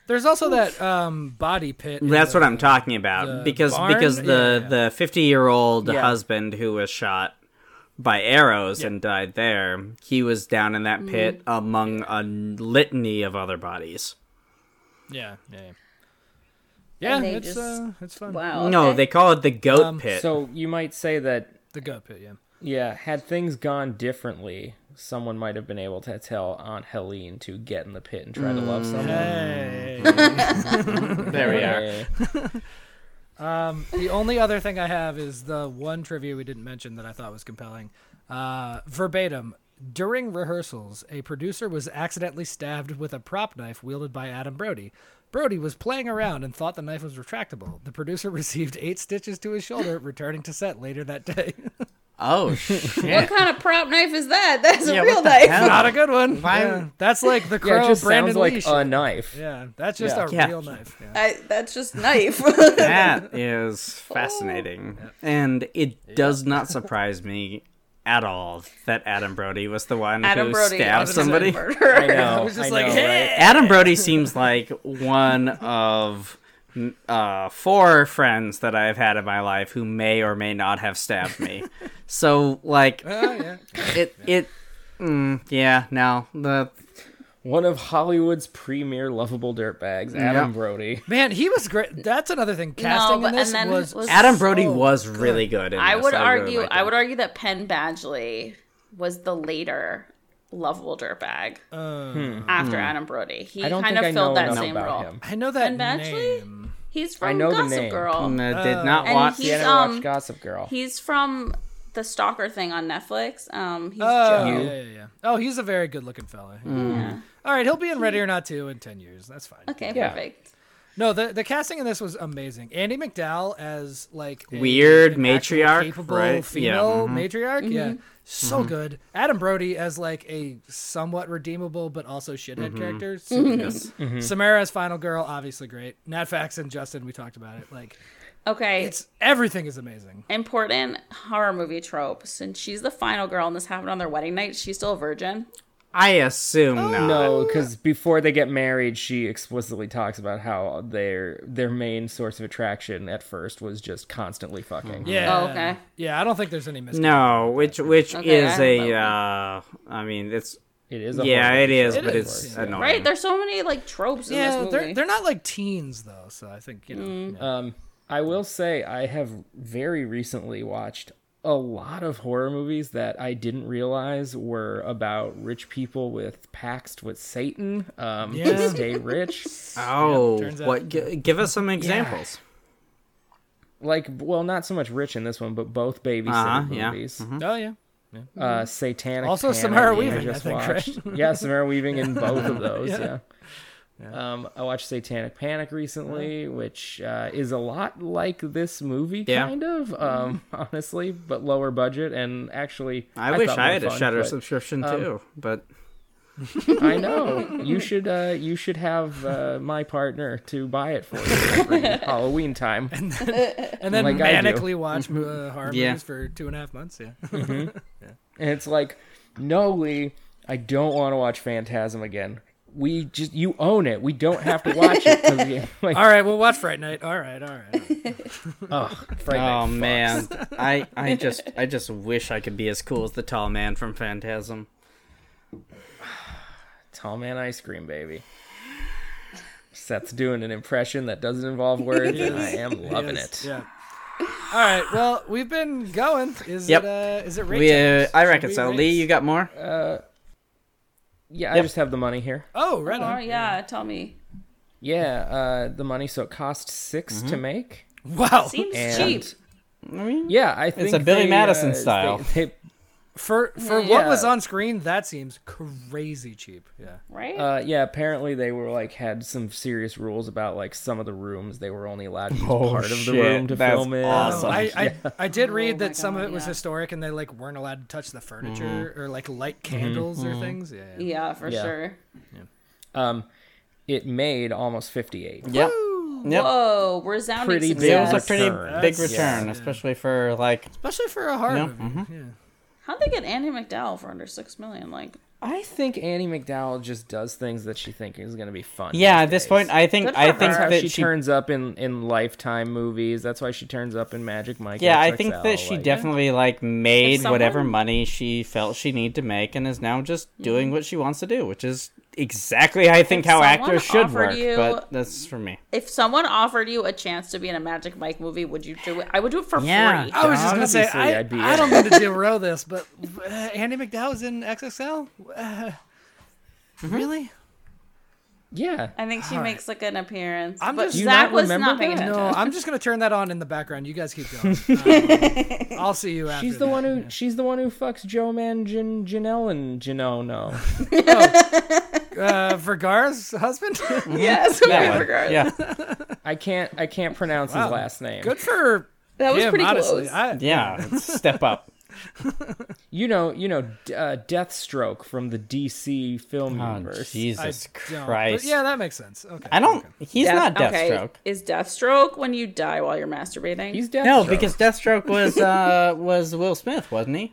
E: there's also that um, body pit. in
D: that's
E: the-
D: what i'm talking about
E: the
D: because
E: barn?
D: because the
E: Yeah.
D: the 50 year old
C: Yeah.
D: husband who was shot by arrows and died there he was down in that pit among a litany of other bodies
E: Yeah, yeah, yeah.
F: And
E: Yeah,
F: they
E: it's
F: just-
E: uh, it's fun.
F: Wow.
D: No,
F: okay.
D: they call it the goat pit.
C: So you might say that
E: The goat pit. Yeah.
C: yeah, had things gone differently, someone might have been able to tell Aunt Helene to get in the pit and try to
E: Mm.
C: love someone.
E: Hey.
D: there we are.
E: um, the only other thing I have is the one trivia we didn't mention that I thought was compelling. Uh, verbatim. During rehearsals, a producer was accidentally stabbed with a prop knife wielded by Adam Brody. Brody was playing around and thought the knife was retractable. The producer received eight stitches to his shoulder, returning to set later that day.
D: Oh shit!
F: What kind of prop knife is that? That's
D: Yeah,
F: a
D: what
F: real
D: the
F: knife.
D: hell?
E: Not a good one.
D: Why-
E: Yeah, that's like the crow
C: Yeah, it just
E: Brandon
C: sounds like
E: Lee shit.
C: a knife.
E: Yeah, that's just
C: Yeah.
E: a
D: Yeah.
E: real knife. Yeah.
F: I, that's just knife.
D: that is fascinating, and it does not surprise me at all that Adam Brody was the one
F: Adam
D: who
F: Brody
D: stabbed
F: is a
D: somebody.
F: murderer.
C: I know.
E: was just
C: I
E: like,
C: know,
E: "Hey!"
C: right?
D: Adam Brody seems like one of mm, uh, four friends that I've had in my life who may or may not have stabbed me. so like
E: Oh, yeah.
D: it it. Mm, yeah, no. The
C: One of Hollywood's premier lovable dirtbags, Adam
D: Yeah.
C: Brody.
E: Man, he was great. That's another thing. Casting
F: but-
E: in this
F: and then
E: was,
F: was-
D: Adam Brody
E: so
D: was really good. in
F: I
D: this.
F: would
D: really
F: argue.
D: liked
F: I
D: him.
F: would argue that Penn Badgley was the later lovable dirtbag after Adam Brody. He
C: Hmm. I don't
F: kind
C: think I
F: of
C: know
F: filled that
C: enough
F: same
C: about
F: role.
C: him.
E: I know that
F: And Badgley?
E: name.
F: He's from
C: know the
F: Gossip
C: name.
F: Girl.
D: No, Mm, did not
F: and
D: watch.
F: he's-
C: Yeah, I never
F: um,
C: watched Gossip Girl.
F: He's from the stalker thing on Netflix. Um, he's
E: Oh,
F: Joe.
E: yeah, yeah, yeah. Oh, he's a very good-looking fella. All right, he'll be in Ready or Not 2 in 10 years. That's fine.
F: Okay,
C: Yeah.
F: perfect.
E: No, the the casting in this was amazing. Andy McDowell as like a-
D: Weird
E: an actual
D: matriarch,
E: capable
D: right? Yeah, Mm-hmm.
E: female
D: mhm.
E: matriarch. Yeah,
F: Mm-hmm.
E: so good. Adam Brody as like a somewhat redeemable but also shithead
D: Mm-hmm.
E: character.
F: Mm-hmm.
E: Super good. Samara as final girl, obviously great. Nat Fax and Justin, we talked about it. Like
F: Okay,
E: it's everything is amazing.
F: important horror movie trope. Since she's the final girl, and this happened on their wedding night, she's still a virgin.
D: I assume not.
C: No, because before they get married, she explicitly talks about how their their main source of attraction at first was just constantly fucking.
E: Yeah.
F: Oh, okay.
E: Yeah, I don't think there's any mistake.
D: No, which which
F: Okay, I
D: is
F: don't
D: a.
F: know.
D: Uh, I mean, it's
C: It is. A
D: yeah,
C: horror
D: it is,
C: show,
D: but
C: of
D: it's
C: course.
D: annoying.
F: Right? There's so many like tropes in
E: Yeah,
F: this movie.
E: they're they're not like teens though, so I think you know.
F: Mm.
E: yeah.
D: Uh-huh.
C: Um, I will say I have very recently watched a lot of horror movies that I didn't realize were about rich people with paxed with Satan um,
E: Yeah.
C: to stay rich.
D: Oh,
E: turns out-
D: what? G- give us some examples.
C: Like, well, not so much rich in this one, but both babysitter
D: Uh-huh, yeah.
C: movies.
E: Oh yeah.
C: Uh, Satanic.
E: Also
C: Panic,
E: Samara
C: I
E: Weaving, I
C: just
E: think, right?
C: watched. Yeah, Samara Weaving in both of those. Yeah. Um, I watched Satanic Panic recently, which uh, is a lot like this movie,
D: Yeah.
C: kind of, um, honestly, but lower budget and actually.
D: I, wish
C: thought
D: I
C: more
D: had a
C: fun,
D: Shutter
C: but
D: subscription too, but
C: I know you should. Uh, you should have uh, my partner to buy it for you every Halloween time.
E: And then
C: Like I do.
E: manically watch uh, horror
D: Mm-hmm. Yeah.
E: movies for two and a half months. Yeah.
C: And it's like, no, Lee, I don't want to watch Phantasm again. We just, you own it. We don't have to watch it. 'cause you- like,
E: all right, we'll watch Fright Night. All right, all right.
C: Fright Night
D: oh man, I I just I just wish I could be as cool as the tall man from Phantasm.
C: Tall man ice cream, baby. Seth's doing an impression that doesn't involve words, and I am loving
E: Yes,
C: it.
E: Yeah. All right. Well, we've been going. Is
D: Yep.
E: it? Uh, is it? Rate
D: We uh,
E: time?
D: I
E: Should
D: reckon
E: we
D: so.
E: rate?
D: Lee, you got more?
C: Yeah, I just have the money here.
E: Oh, right
F: Oh,
E: on.
F: yeah, tell me.
C: Yeah, uh, the money. So it cost 6
D: Mm-hmm.
C: to make.
E: Wow.
F: Seems
C: And-
F: cheap.
C: Yeah, I think
D: a Billy
C: they,
D: Madison
C: uh, they-
D: style.
C: They,
E: For for what
C: Yeah.
E: was on screen, that seems crazy cheap. Yeah.
F: Right?
C: uh, yeah, apparently they were like had some serious rules about like some of the rooms they were only allowed to use
D: Oh,
C: part of the
D: shit,
C: room to
D: that's
C: film in.
D: awesome.
E: I, I, I did read
F: Oh my
E: that some of
F: God,
E: it was
F: yeah.
E: historic and they like weren't allowed to touch the furniture
D: Mm-hmm.
E: or like light candles or things. Yeah. yeah.
F: yeah, for
C: yeah.
F: sure.
C: Um, it made almost fifty-eight.
D: Yep. Yep.
F: Whoa, resounding
C: Pretty big.
D: It was a
F: success.
D: pretty
C: Return.
D: big
E: That's-
D: return,
E: yeah.
D: especially for like
E: Especially for a horror
D: Yeah,
E: movie. Yeah.
F: How'd they get Andy McDowell for under six million? Like,
C: I think Annie McDowell just does things that she thinks is going to be fun.
D: yeah. At
C: these
D: this
C: days.
D: point, I think
F: Good
D: I
F: for
D: think
C: That's how
D: that
C: she,
D: she
C: turns up in in Lifetime movies. That's why she turns up in Magic Mike.
D: yeah, I
C: XXL,
D: think that she
C: like-
D: definitely like made
F: If someone-
D: whatever money she felt she needed to make, and is now just doing what she wants to do, which is exactly I think
F: Mm-hmm. If
D: how
F: someone
D: actors should
F: offered
D: work.
F: you-
D: But that's for me.
F: if someone offered you a chance to be in a Magic Mike movie, would you do it? I would do it for
D: Yeah. Oh,
F: free.
E: I was just gonna say
C: Obviously,
E: I,
C: I'd be
E: I
C: in.
E: don't
D: uh,
E: mean to derail this, but uh, Andy McDowell's in XXL. Uh,
D: Mm-hmm.
E: Really?
C: Yeah,
F: I think she makes like an appearance.
E: I'm
F: but
E: just- Do
C: you
F: Zach
C: not
F: was
C: remember
F: not paying
C: that?
F: attention.
E: No, I'm just gonna turn that on in the background. You guys keep going. Um, I'll see you after.
C: she's the
E: that.
C: one who she's the one who fucks Joe Man Jin Janelle and Jano. No,
E: uh, Vergara's husband.
F: yes, we
D: That one.
F: forgot.
D: Yeah,
C: I can't I can't pronounce his last name.
E: Good for
F: That was
E: him,
F: pretty
E: honestly.
F: close.
E: I,
D: yeah. it's a Step up.
C: You know, you know, D- uh, Deathstroke from the DC film
D: Oh,
C: universe.
E: I
D: Jesus
E: don't,
D: Christ.
E: But yeah, that makes sense. Okay.
D: I don't. He's
F: Death-
D: not Deathstroke.
F: Is Deathstroke when you die while you're masturbating?
C: He's Deathstroke.
D: No, because Deathstroke was uh was Will Smith, wasn't he?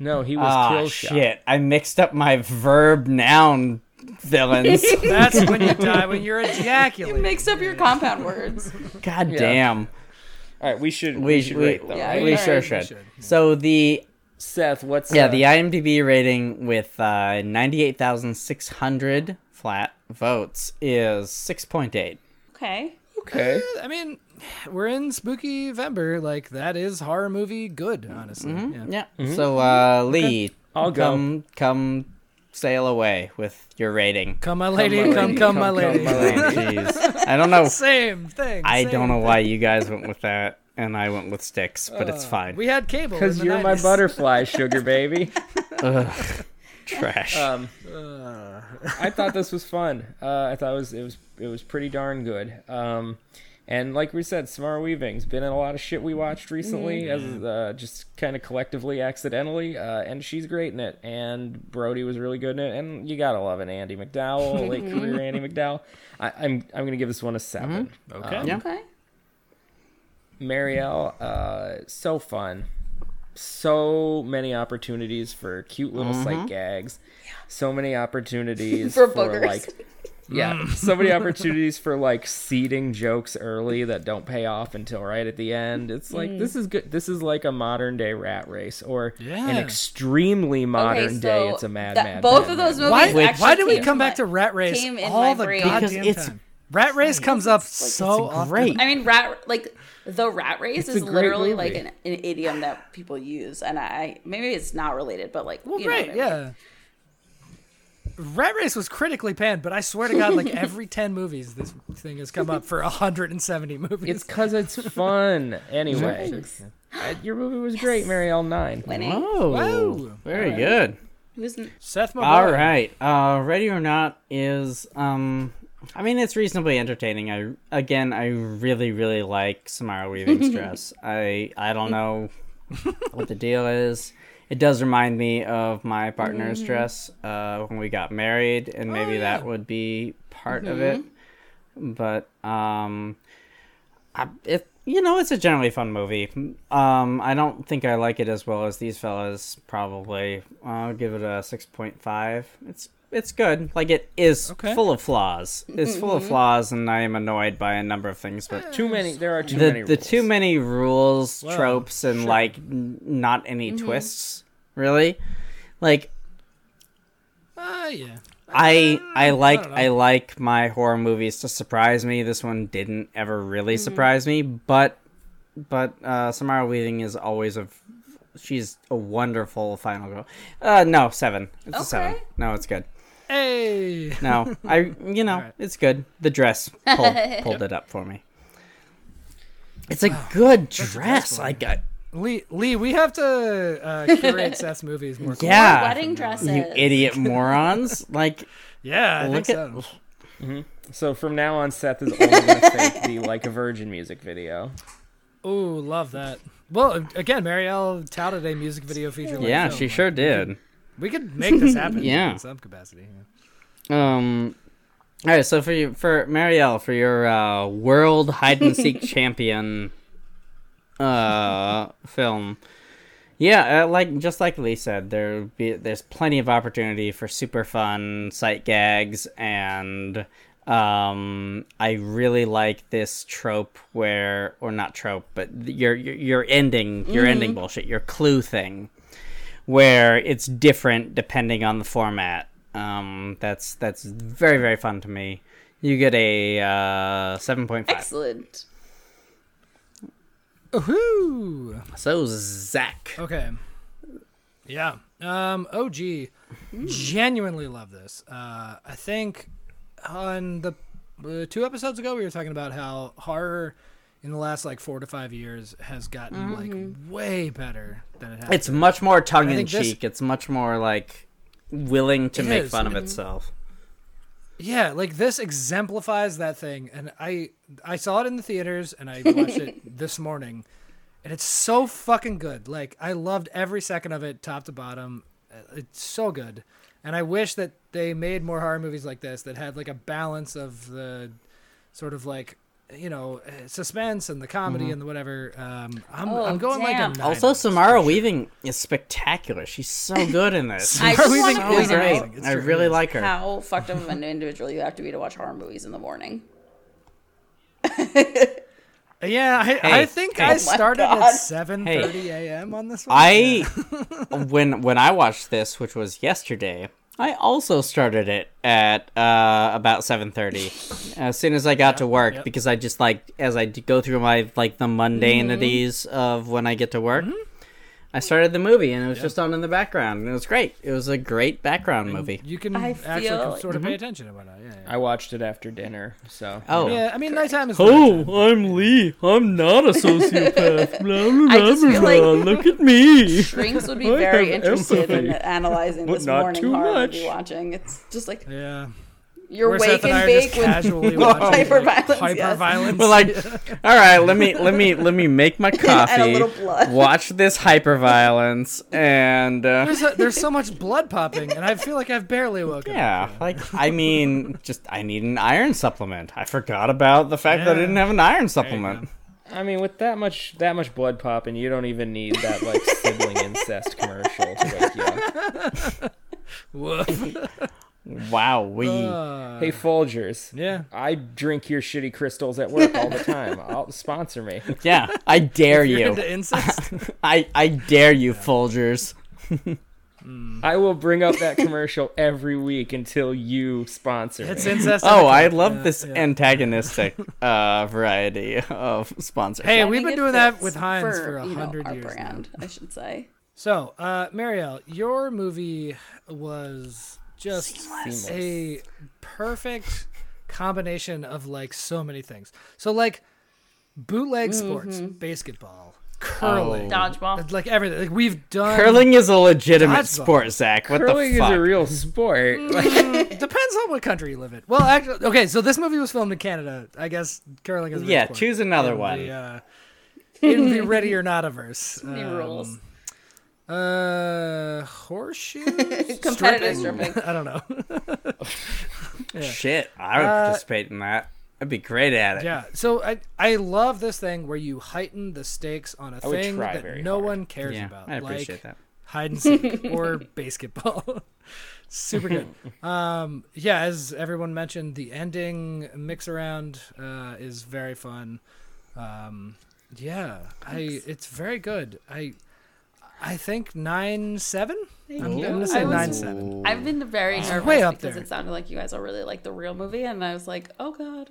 C: no, he was
D: Ah,
C: kill shot.
D: shit! I mixed up my verb noun villains.
E: That's when you die when you're ejaculating.
F: Mix up your compound words.
D: God damn.
C: All right, we should we,
D: We
C: should
D: we,
C: rate them.
F: Yeah,
D: we
F: alright,
D: sure
F: we
D: should.
E: should.
D: So the
C: Seth, what's
D: yeah
C: uh,
D: the IMDb rating with uh, ninety eight thousand six hundred flat votes is six point eight.
F: Okay.
C: okay?
E: I mean, we're in spooky Vember. Like that is horror movie good, honestly. Yeah. Mm-hmm.
D: Yeah. So uh, Lee,
C: I'll go.
D: come come sail away with your rating.
E: Come, my lady. Come, come, my lady.
C: my lady.
D: Jeez. I don't know.
E: Same thing.
D: I
E: same
D: don't know
E: thing.
D: why you guys went with that, and I went with sticks, but it's fine.
E: Uh, We had cable. in
C: Because
E: the
C: you're my
E: 90s.
C: butterfly, sugar baby.
D: Trash.
C: Um, I thought this was fun. Uh, I thought it was it was it was pretty darn good. Um, and like we said, Samara Weaving's been in a lot of shit we watched recently, as uh, just kind of collectively, accidentally. Uh, and she's great in it. And Brody was really good in it. And you gotta love an Andy McDowell, late career Andy McDowell. I, I'm I'm gonna give this one a 7
E: Okay.
D: Yeah.
F: Okay.
C: Marielle, uh, so fun. so many opportunities for cute little
D: Mm-hmm.
C: sight gags. So many opportunities
F: For
C: for,
F: boogers.
C: like yeah,
D: Mm.
C: so many opportunities for like seeding jokes early that don't pay off until right at the end. It's like
F: Mm.
C: this is good. This is like a modern day rat race or an
E: Yeah.
C: extremely modern
F: okay, so
C: day. It's a mad,
F: that-
C: mad
F: Both
C: Mad
F: of
C: Mad
F: those
C: Mad.
E: Why,
F: movies.
C: Wait,
F: actually
E: why do we
F: came
E: come
F: my-
E: back to Rat Race
F: came in my
E: all the
F: brain.
E: goddamn
D: Because it's
E: time? Rat Race comes up so often.
C: great.
F: I mean, rat like the rat race
C: It's a
F: is
C: great
F: literally
C: movie.
F: like an, an idiom that people use, and I maybe it's not related, but like
E: Well,
F: you know
E: right,
F: what I mean.
E: yeah. Rat Race was critically panned, but I swear to God, like every ten movies, this thing has come up for hundred and seventy movies.
C: It's because it's fun. Anyway, Uh, your movie was great, Mary L. Nine.
F: Winning.
D: Oh,
E: Whoa.
D: very good.
F: Who's n-
E: Seth MacFarlane.
D: All right. Uh, Ready or Not is, um, I mean, it's reasonably entertaining. I again, I really, really like Samara Weaving's dress. I I don't know what the deal is. It does remind me of my partner's dress uh, when we got married, and maybe that would be part of it. But um, I, it you know it's a generally fun movie. Um, I don't think I like it as well as these fellas. Probably I'll give it a six point five. It's it's good. Like it is
E: Okay.
D: full of flaws. It's full of flaws, and I am annoyed by a number of things. But
C: Mm-hmm. Too many. There are too
D: the
C: many.
D: the
C: rules.
D: too many rules,
E: Well,
D: tropes, and like n- not any
C: Mm-hmm.
D: twists really. Like
E: Ah, yeah.
D: I I like
E: don't know.
D: I, like my horror movies to surprise me. This one didn't ever really surprise me, but but uh, Samara Weaving is always a she's a wonderful final girl. Uh, no seven, it's a seven.
F: Okay.
D: No, it's good.
E: Hey.
D: No, I you know it's good. The dress pulled, pulled it up for me. It's a good dress. Like I,
E: Lee, Lee, we have to uh, curate Seth's movies more.
D: yeah,
F: wedding dresses.
D: you idiot morons! like
E: Yeah, I
D: Look
E: think
D: at-
E: so.
C: So from now on, Seth is only going to fake the like a virgin music video.
E: Ooh, love that. Well, again, Marielle touted a music video feature.
D: yeah, she sure did.
E: We could make this happen.
D: Yeah.
E: in some capacity. yeah.
D: Um. All right, so for you, for Marielle, for your uh, world hide and seek champion uh, film, yeah, uh, like just like Lee said, there be there's plenty of opportunity for super fun sight gags, and um, I really like this trope where, or not trope, but your your, your ending, your ending bullshit, your clue thing where it's different depending on the format. Um, that's that's very very fun to me. You get a uh, seven point five.
F: Excellent.
E: Ooh.
D: So Zach,
E: Okay. Yeah. Um. OG. Genuinely love this. Uh. I think on the uh, two episodes ago we were talking about how horror in the last like four to five years has gotten like way better than it has.
D: it's much more tongue
E: I
D: in
E: think this-
D: cheek. It's much more like willing to
E: It
D: make
E: is. Mm-hmm.
D: fun of itself.
E: Yeah, like this exemplifies that thing, and I I saw it in the theaters, and I watched it this morning, and it's so fucking good. Like I loved every second of it, top to bottom. Uh, It's so good, and I wish that they made more horror movies like this that had like a balance of the sort of like you know uh, suspense and the comedy and the whatever. Um, I'm
F: Oh,
E: I'm going
F: damn.
E: like a nine
D: Also,
E: on this.
D: Samara Weaving is spectacular. She's so good in this.
F: I just
E: Weaving
F: want to
E: is
F: point
E: amazing.
F: out
E: It's
D: I
E: true, it
D: really
E: is.
D: like her.
F: how fucked up of an individual you have to be to watch horror movies in the morning.
E: Yeah, I, I think
D: hey. Oh
E: I
D: my
E: started
F: God.
E: at seven thirty a.m. on this one.
D: I when when I watched this, which was yesterday, I also started it at uh, about seven thirty, as soon as I got to work, because I just like as I d- go through my like the mundanities
F: Mm-hmm.
D: of when I get to work. I started the movie and it was just on in the background and it was great. It was a great background movie.
E: you can
F: I
E: actually
F: feel-
E: sort of pay attention and whatnot. Yeah, yeah.
C: I watched it after dinner, so
D: Oh,
E: Yeah, I mean, nighttime is.
D: I'm Lee. I'm not a sociopath.
F: I just feel like
D: Look at me.
F: Shrinks would be very
C: have
F: interested in
C: empathy,
F: analyzing
C: but
F: this
C: not
F: morning
C: too
F: horror
C: much.
F: movie watching. It's just like
E: Yeah.
F: you're
E: Where
F: wake
E: Seth and I
F: and
E: are just
F: bake with
E: casually watching
F: hyperviolence,
E: Hyper
F: yes.
E: violence.
D: But like, all right, let me let me let me make my coffee.
F: a little blood.
D: Watch this hyperviolence, and uh,
E: there's, a, there's so much blood popping, and I feel like I've barely woken up.
D: yeah, like I mean, just I need an iron supplement. I forgot about the fact that I didn't have an iron supplement.
C: I mean, with that much that much blood popping, you don't even need that like sibling incest commercial to wake you up.
E: Woof.
D: Wow, we.
E: Ah.
C: Hey, Folgers.
E: yeah.
C: I drink your shitty crystals at work all the time. I'll sponsor me.
D: yeah, I dare you.
E: Into incest.
D: I I dare you, Folgers.
C: I will bring up that commercial every week until you sponsor
E: It's
C: me.
E: incest.
D: Oh,
E: every
D: I
E: time.
D: love
E: Yeah,
D: this
E: yeah.
D: antagonistic uh, variety of sponsors.
E: Hey,
F: I
E: we've
F: think
E: been
F: it
E: doing that
F: fits
E: with Heinz for a
F: you know,
E: hundred
F: our
E: years. now.
F: brand, I should say.
E: So, uh, Marielle, your movie was just a perfect combination of like so many things. So, like bootleg sports, basketball, curling,
F: Mm-hmm. Dodgeball.
E: it's like everything. Like we've done.
D: Curling is a legitimate
E: Dodgeball.
D: sport, Zach. What
C: Curling
D: the
C: is
D: fuck?
C: a real sport. Like,
E: depends on what country you live in. Well, actually, okay. So this movie was filmed in Canada. I guess curling is a real
D: Yeah,
E: sport.
D: choose another
E: In the,
D: one.
E: uh, in the Ready or Not averse. Um,
F: New rules.
E: Uh, horseshoes.
F: Competitive stripping.
E: I don't know.
D: Shit,
E: Uh,
D: I would participate in that. I'd be great at it.
E: Yeah. So I I love this thing where you heighten the stakes on a
C: would
E: thing
C: try
E: that
C: very
E: no
C: hard.
E: one cares
D: Yeah,
E: about.
D: I appreciate
E: like
D: that.
E: Hide and seek or basketball. Super good. Um, yeah, as everyone mentioned, the ending mix around uh, is very fun. Um, yeah, I it's very good. I I think nine seven. I'm
F: you.
E: gonna say
F: I was-
E: nine seven.
F: I've been very nervous
E: way up
F: because
E: there.
F: it sounded like you guys all really liked the real movie, and I was like, oh god.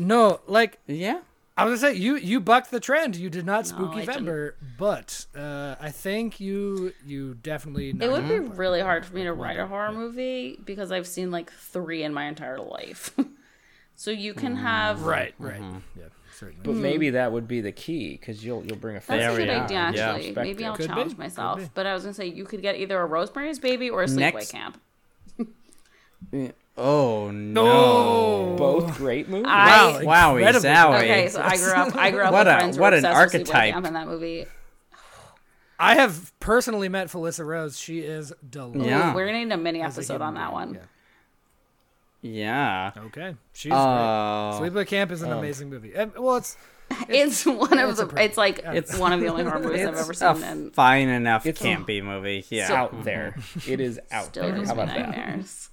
E: No, like
D: Yeah.
E: I was gonna say you you bucked the trend. You did not spooky
F: I didn't.
E: Vember, but uh, I think you you definitely.
F: It would
E: knocked
F: be
E: out the park.
F: really hard for me to write a horror movie because I've seen like three in my entire life. so you can
E: Mm,
F: have
E: right, right. Yeah, certainly.
C: but maybe that would be the key because you'll you'll bring a
F: That's
D: There
F: a
D: we
F: good
D: are.
F: idea,
D: Yeah.
F: actually. Maybe
C: Perspective.
F: I'll
E: Could be.
F: challenge
E: Could
F: myself.
E: be.
F: But I was gonna say you could get either a Rosemary's Baby or a Sleepaway
D: Next-
F: Camp.
D: Oh no.
C: both great movies.
F: I
D: Wowie,
E: Incredibly.
D: zowie.
F: okay, so I grew up. I grew up
D: Oh, What
F: with
D: a-
F: friends who
D: what
F: were
D: an
F: obsessed with Sleepaway
D: archetype.
F: Camp in that movie.
E: I have personally met Felissa Rose. She is delightful.
D: Yeah.
F: We're gonna need a mini episode on that one.
D: Yeah.
E: Okay, she's
D: Oh.
E: great. Sleepaway Camp is an amazing movie. And, well, it's
F: It's, one of
E: it's a
F: the.
E: pretty-
F: It's like
D: It's-
F: one of the only horror movies I've
D: It's
F: ever
D: a
F: seen, and
D: fine enough
C: It's-
D: campy movie. Yeah.
C: out there. It is out
F: still
C: there. How
F: gives me
C: about that?
F: nightmares.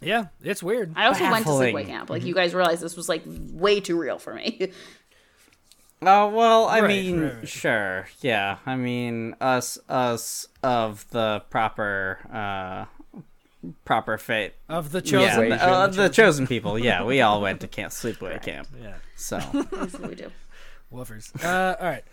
E: yeah, it's weird.
F: I also went
D: Baffling.
F: to sleepaway camp. Like you guys realize this was like way too real for me.
D: Oh well, I
E: Right,
D: mean,
E: right, right.
D: sure, yeah. I mean, us, us of the proper, uh, proper fate.
E: Of the
D: Yeah,
E: chosen,
D: the, uh, the chosen people. Yeah, we all went to camp, sleepaway camp.
E: yeah.
D: So
F: That's what we do.
E: woofers. Uh, all right.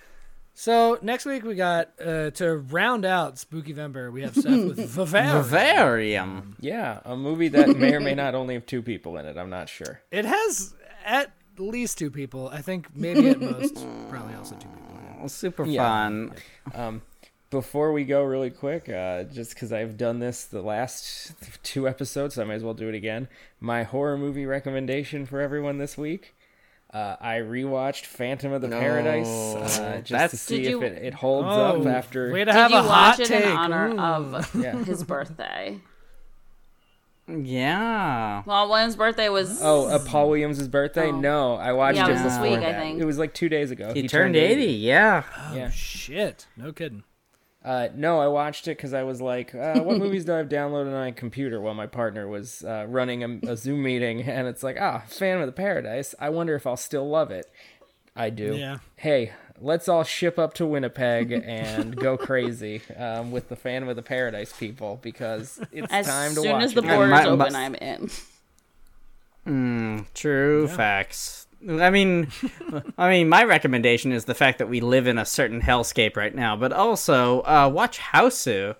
E: So next week we got uh, to round out Spooky Vember. We have stuff with Vavare.
D: Vivarium.
C: Yeah, a movie that may or may not only have two people in it. I'm not sure.
E: It has at least two people. I think maybe at most, probably also two people.
D: Well, super
C: Yeah.
D: fun.
C: Before we go, really quick, uh, just because I've done this the last two episodes, so I might as well do it again. My horror movie recommendation for everyone this week. Uh, I rewatched Phantom of the Paradise uh, just to
D: That's- Oh,
C: see
F: Did you-
C: if it, it holds up after.
E: Oh, way to
F: Did
E: have
F: you
E: a hot
F: watch it
E: take.
F: in honor
E: Ooh.
F: of
C: Yeah.
F: his birthday?
D: Yeah.
F: Well, William's birthday was.
C: Oh, uh, Paul Williams' birthday?
F: Oh.
C: No, I watched
F: Yeah, it
C: it
F: was this
C: before
F: week, I
C: that.
F: think.
C: It was like two days ago.
D: He, turned eighty. Yeah.
C: Yeah.
E: Shit, no kidding.
C: Uh, no, I watched it because I was like, uh, what movies do I have downloaded on my computer? While my partner was uh, running a, a Zoom meeting, and it's like, ah, Phantom of the Paradise. I wonder if I'll still love it. I do.
E: Yeah.
C: Hey, let's all ship up to Winnipeg and go crazy um, with the Phantom of the Paradise people because it's
F: as
C: time to
F: soon
C: watch
F: as the
C: it.
D: Yeah,
F: borders
D: my-
F: open,
D: my-
F: I'm in.
D: True facts. I mean, I mean, my recommendation is the fact that we live in a certain hellscape right now, but also uh, watch Houseu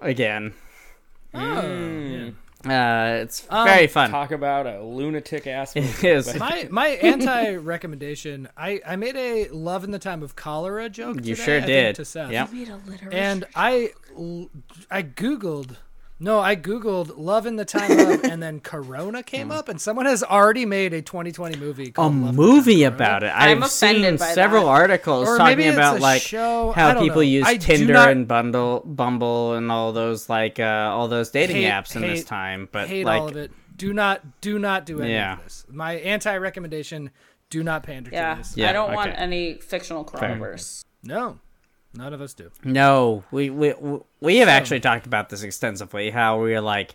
D: again.
E: Oh,
F: Hmm.
D: Uh, it's
E: Um,
D: very fun.
C: Talk about a lunatic ass. movie.
D: It is.
E: My my anti recommendation. I I made a love in the time of cholera joke.
D: you
E: today,
D: sure
E: I think,
D: did.
E: to Seth.
D: Yep.
F: Need a literary.
E: And I l- I googled. No, I googled love in the time of, and then Corona came up, and someone has already made a 2020 movie.
D: A
E: Called love
D: movie about it.
F: I'm
D: I've seen
F: offended by
D: several
F: that.
D: articles
E: Or maybe
D: talking
E: it's
D: about
E: a
D: like
E: show- I
D: how
E: don't
D: people
E: know.
D: use
E: I do
D: Tinder
E: not-
D: and Bundle, Bumble, and all those like uh, all those dating
E: Hate-
D: apps in this
E: hate-
D: time. But
E: hate
D: like,
E: all of it. Do not do not do any
D: Yeah.
E: of this. My anti recommendation: Do not pander to
F: Yeah.
E: this.
D: Yeah,
F: I don't want
D: okay.
F: any fictional crossovers.
E: No, none of us do.
D: No, we we we have actually talked about this extensively. How we're like,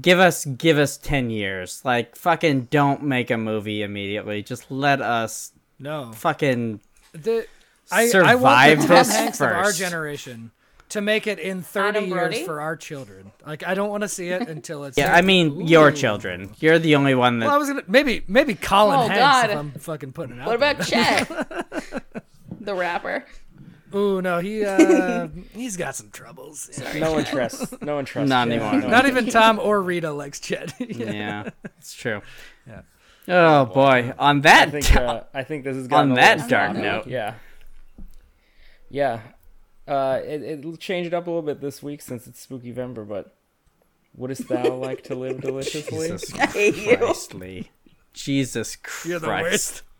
D: give us give us ten years. Like fucking don't make a movie immediately. Just let us
E: No,
D: fucking
E: the, I, I want
D: Survive
E: the Tom
D: this
E: Hanks of our
D: first.
E: generation to make it in 30
F: Adam
E: years
F: Brody?
E: for our children. Like I don't want to see it until it's.
D: yeah. I mean, your children. You're the only one that.
E: Well, I was gonna maybe maybe Colin
F: Oh,
E: Hanks
F: God.
E: if I'm fucking putting it out.
F: What about Chet? the rapper.
E: there. Ooh no, he uh, he's got some troubles.
C: No one trusts. No one trusts.
D: Not
C: Chad.
D: anymore.
C: No
E: Not even Tom or Rita likes Chet. yeah.
D: yeah, it's true. Oh boy! On that
C: I think,
D: t-
C: uh, I think this is
D: on that
F: dark
D: dark note,
F: note.
C: Yeah. Yeah. Uh, it, it changed up a little bit this week since it's Spooky Vember, but wouldst thou like to live deliciously?
D: Jesus
F: Hate you.
D: Christ, Lee. Jesus Christ!
E: You're the worst.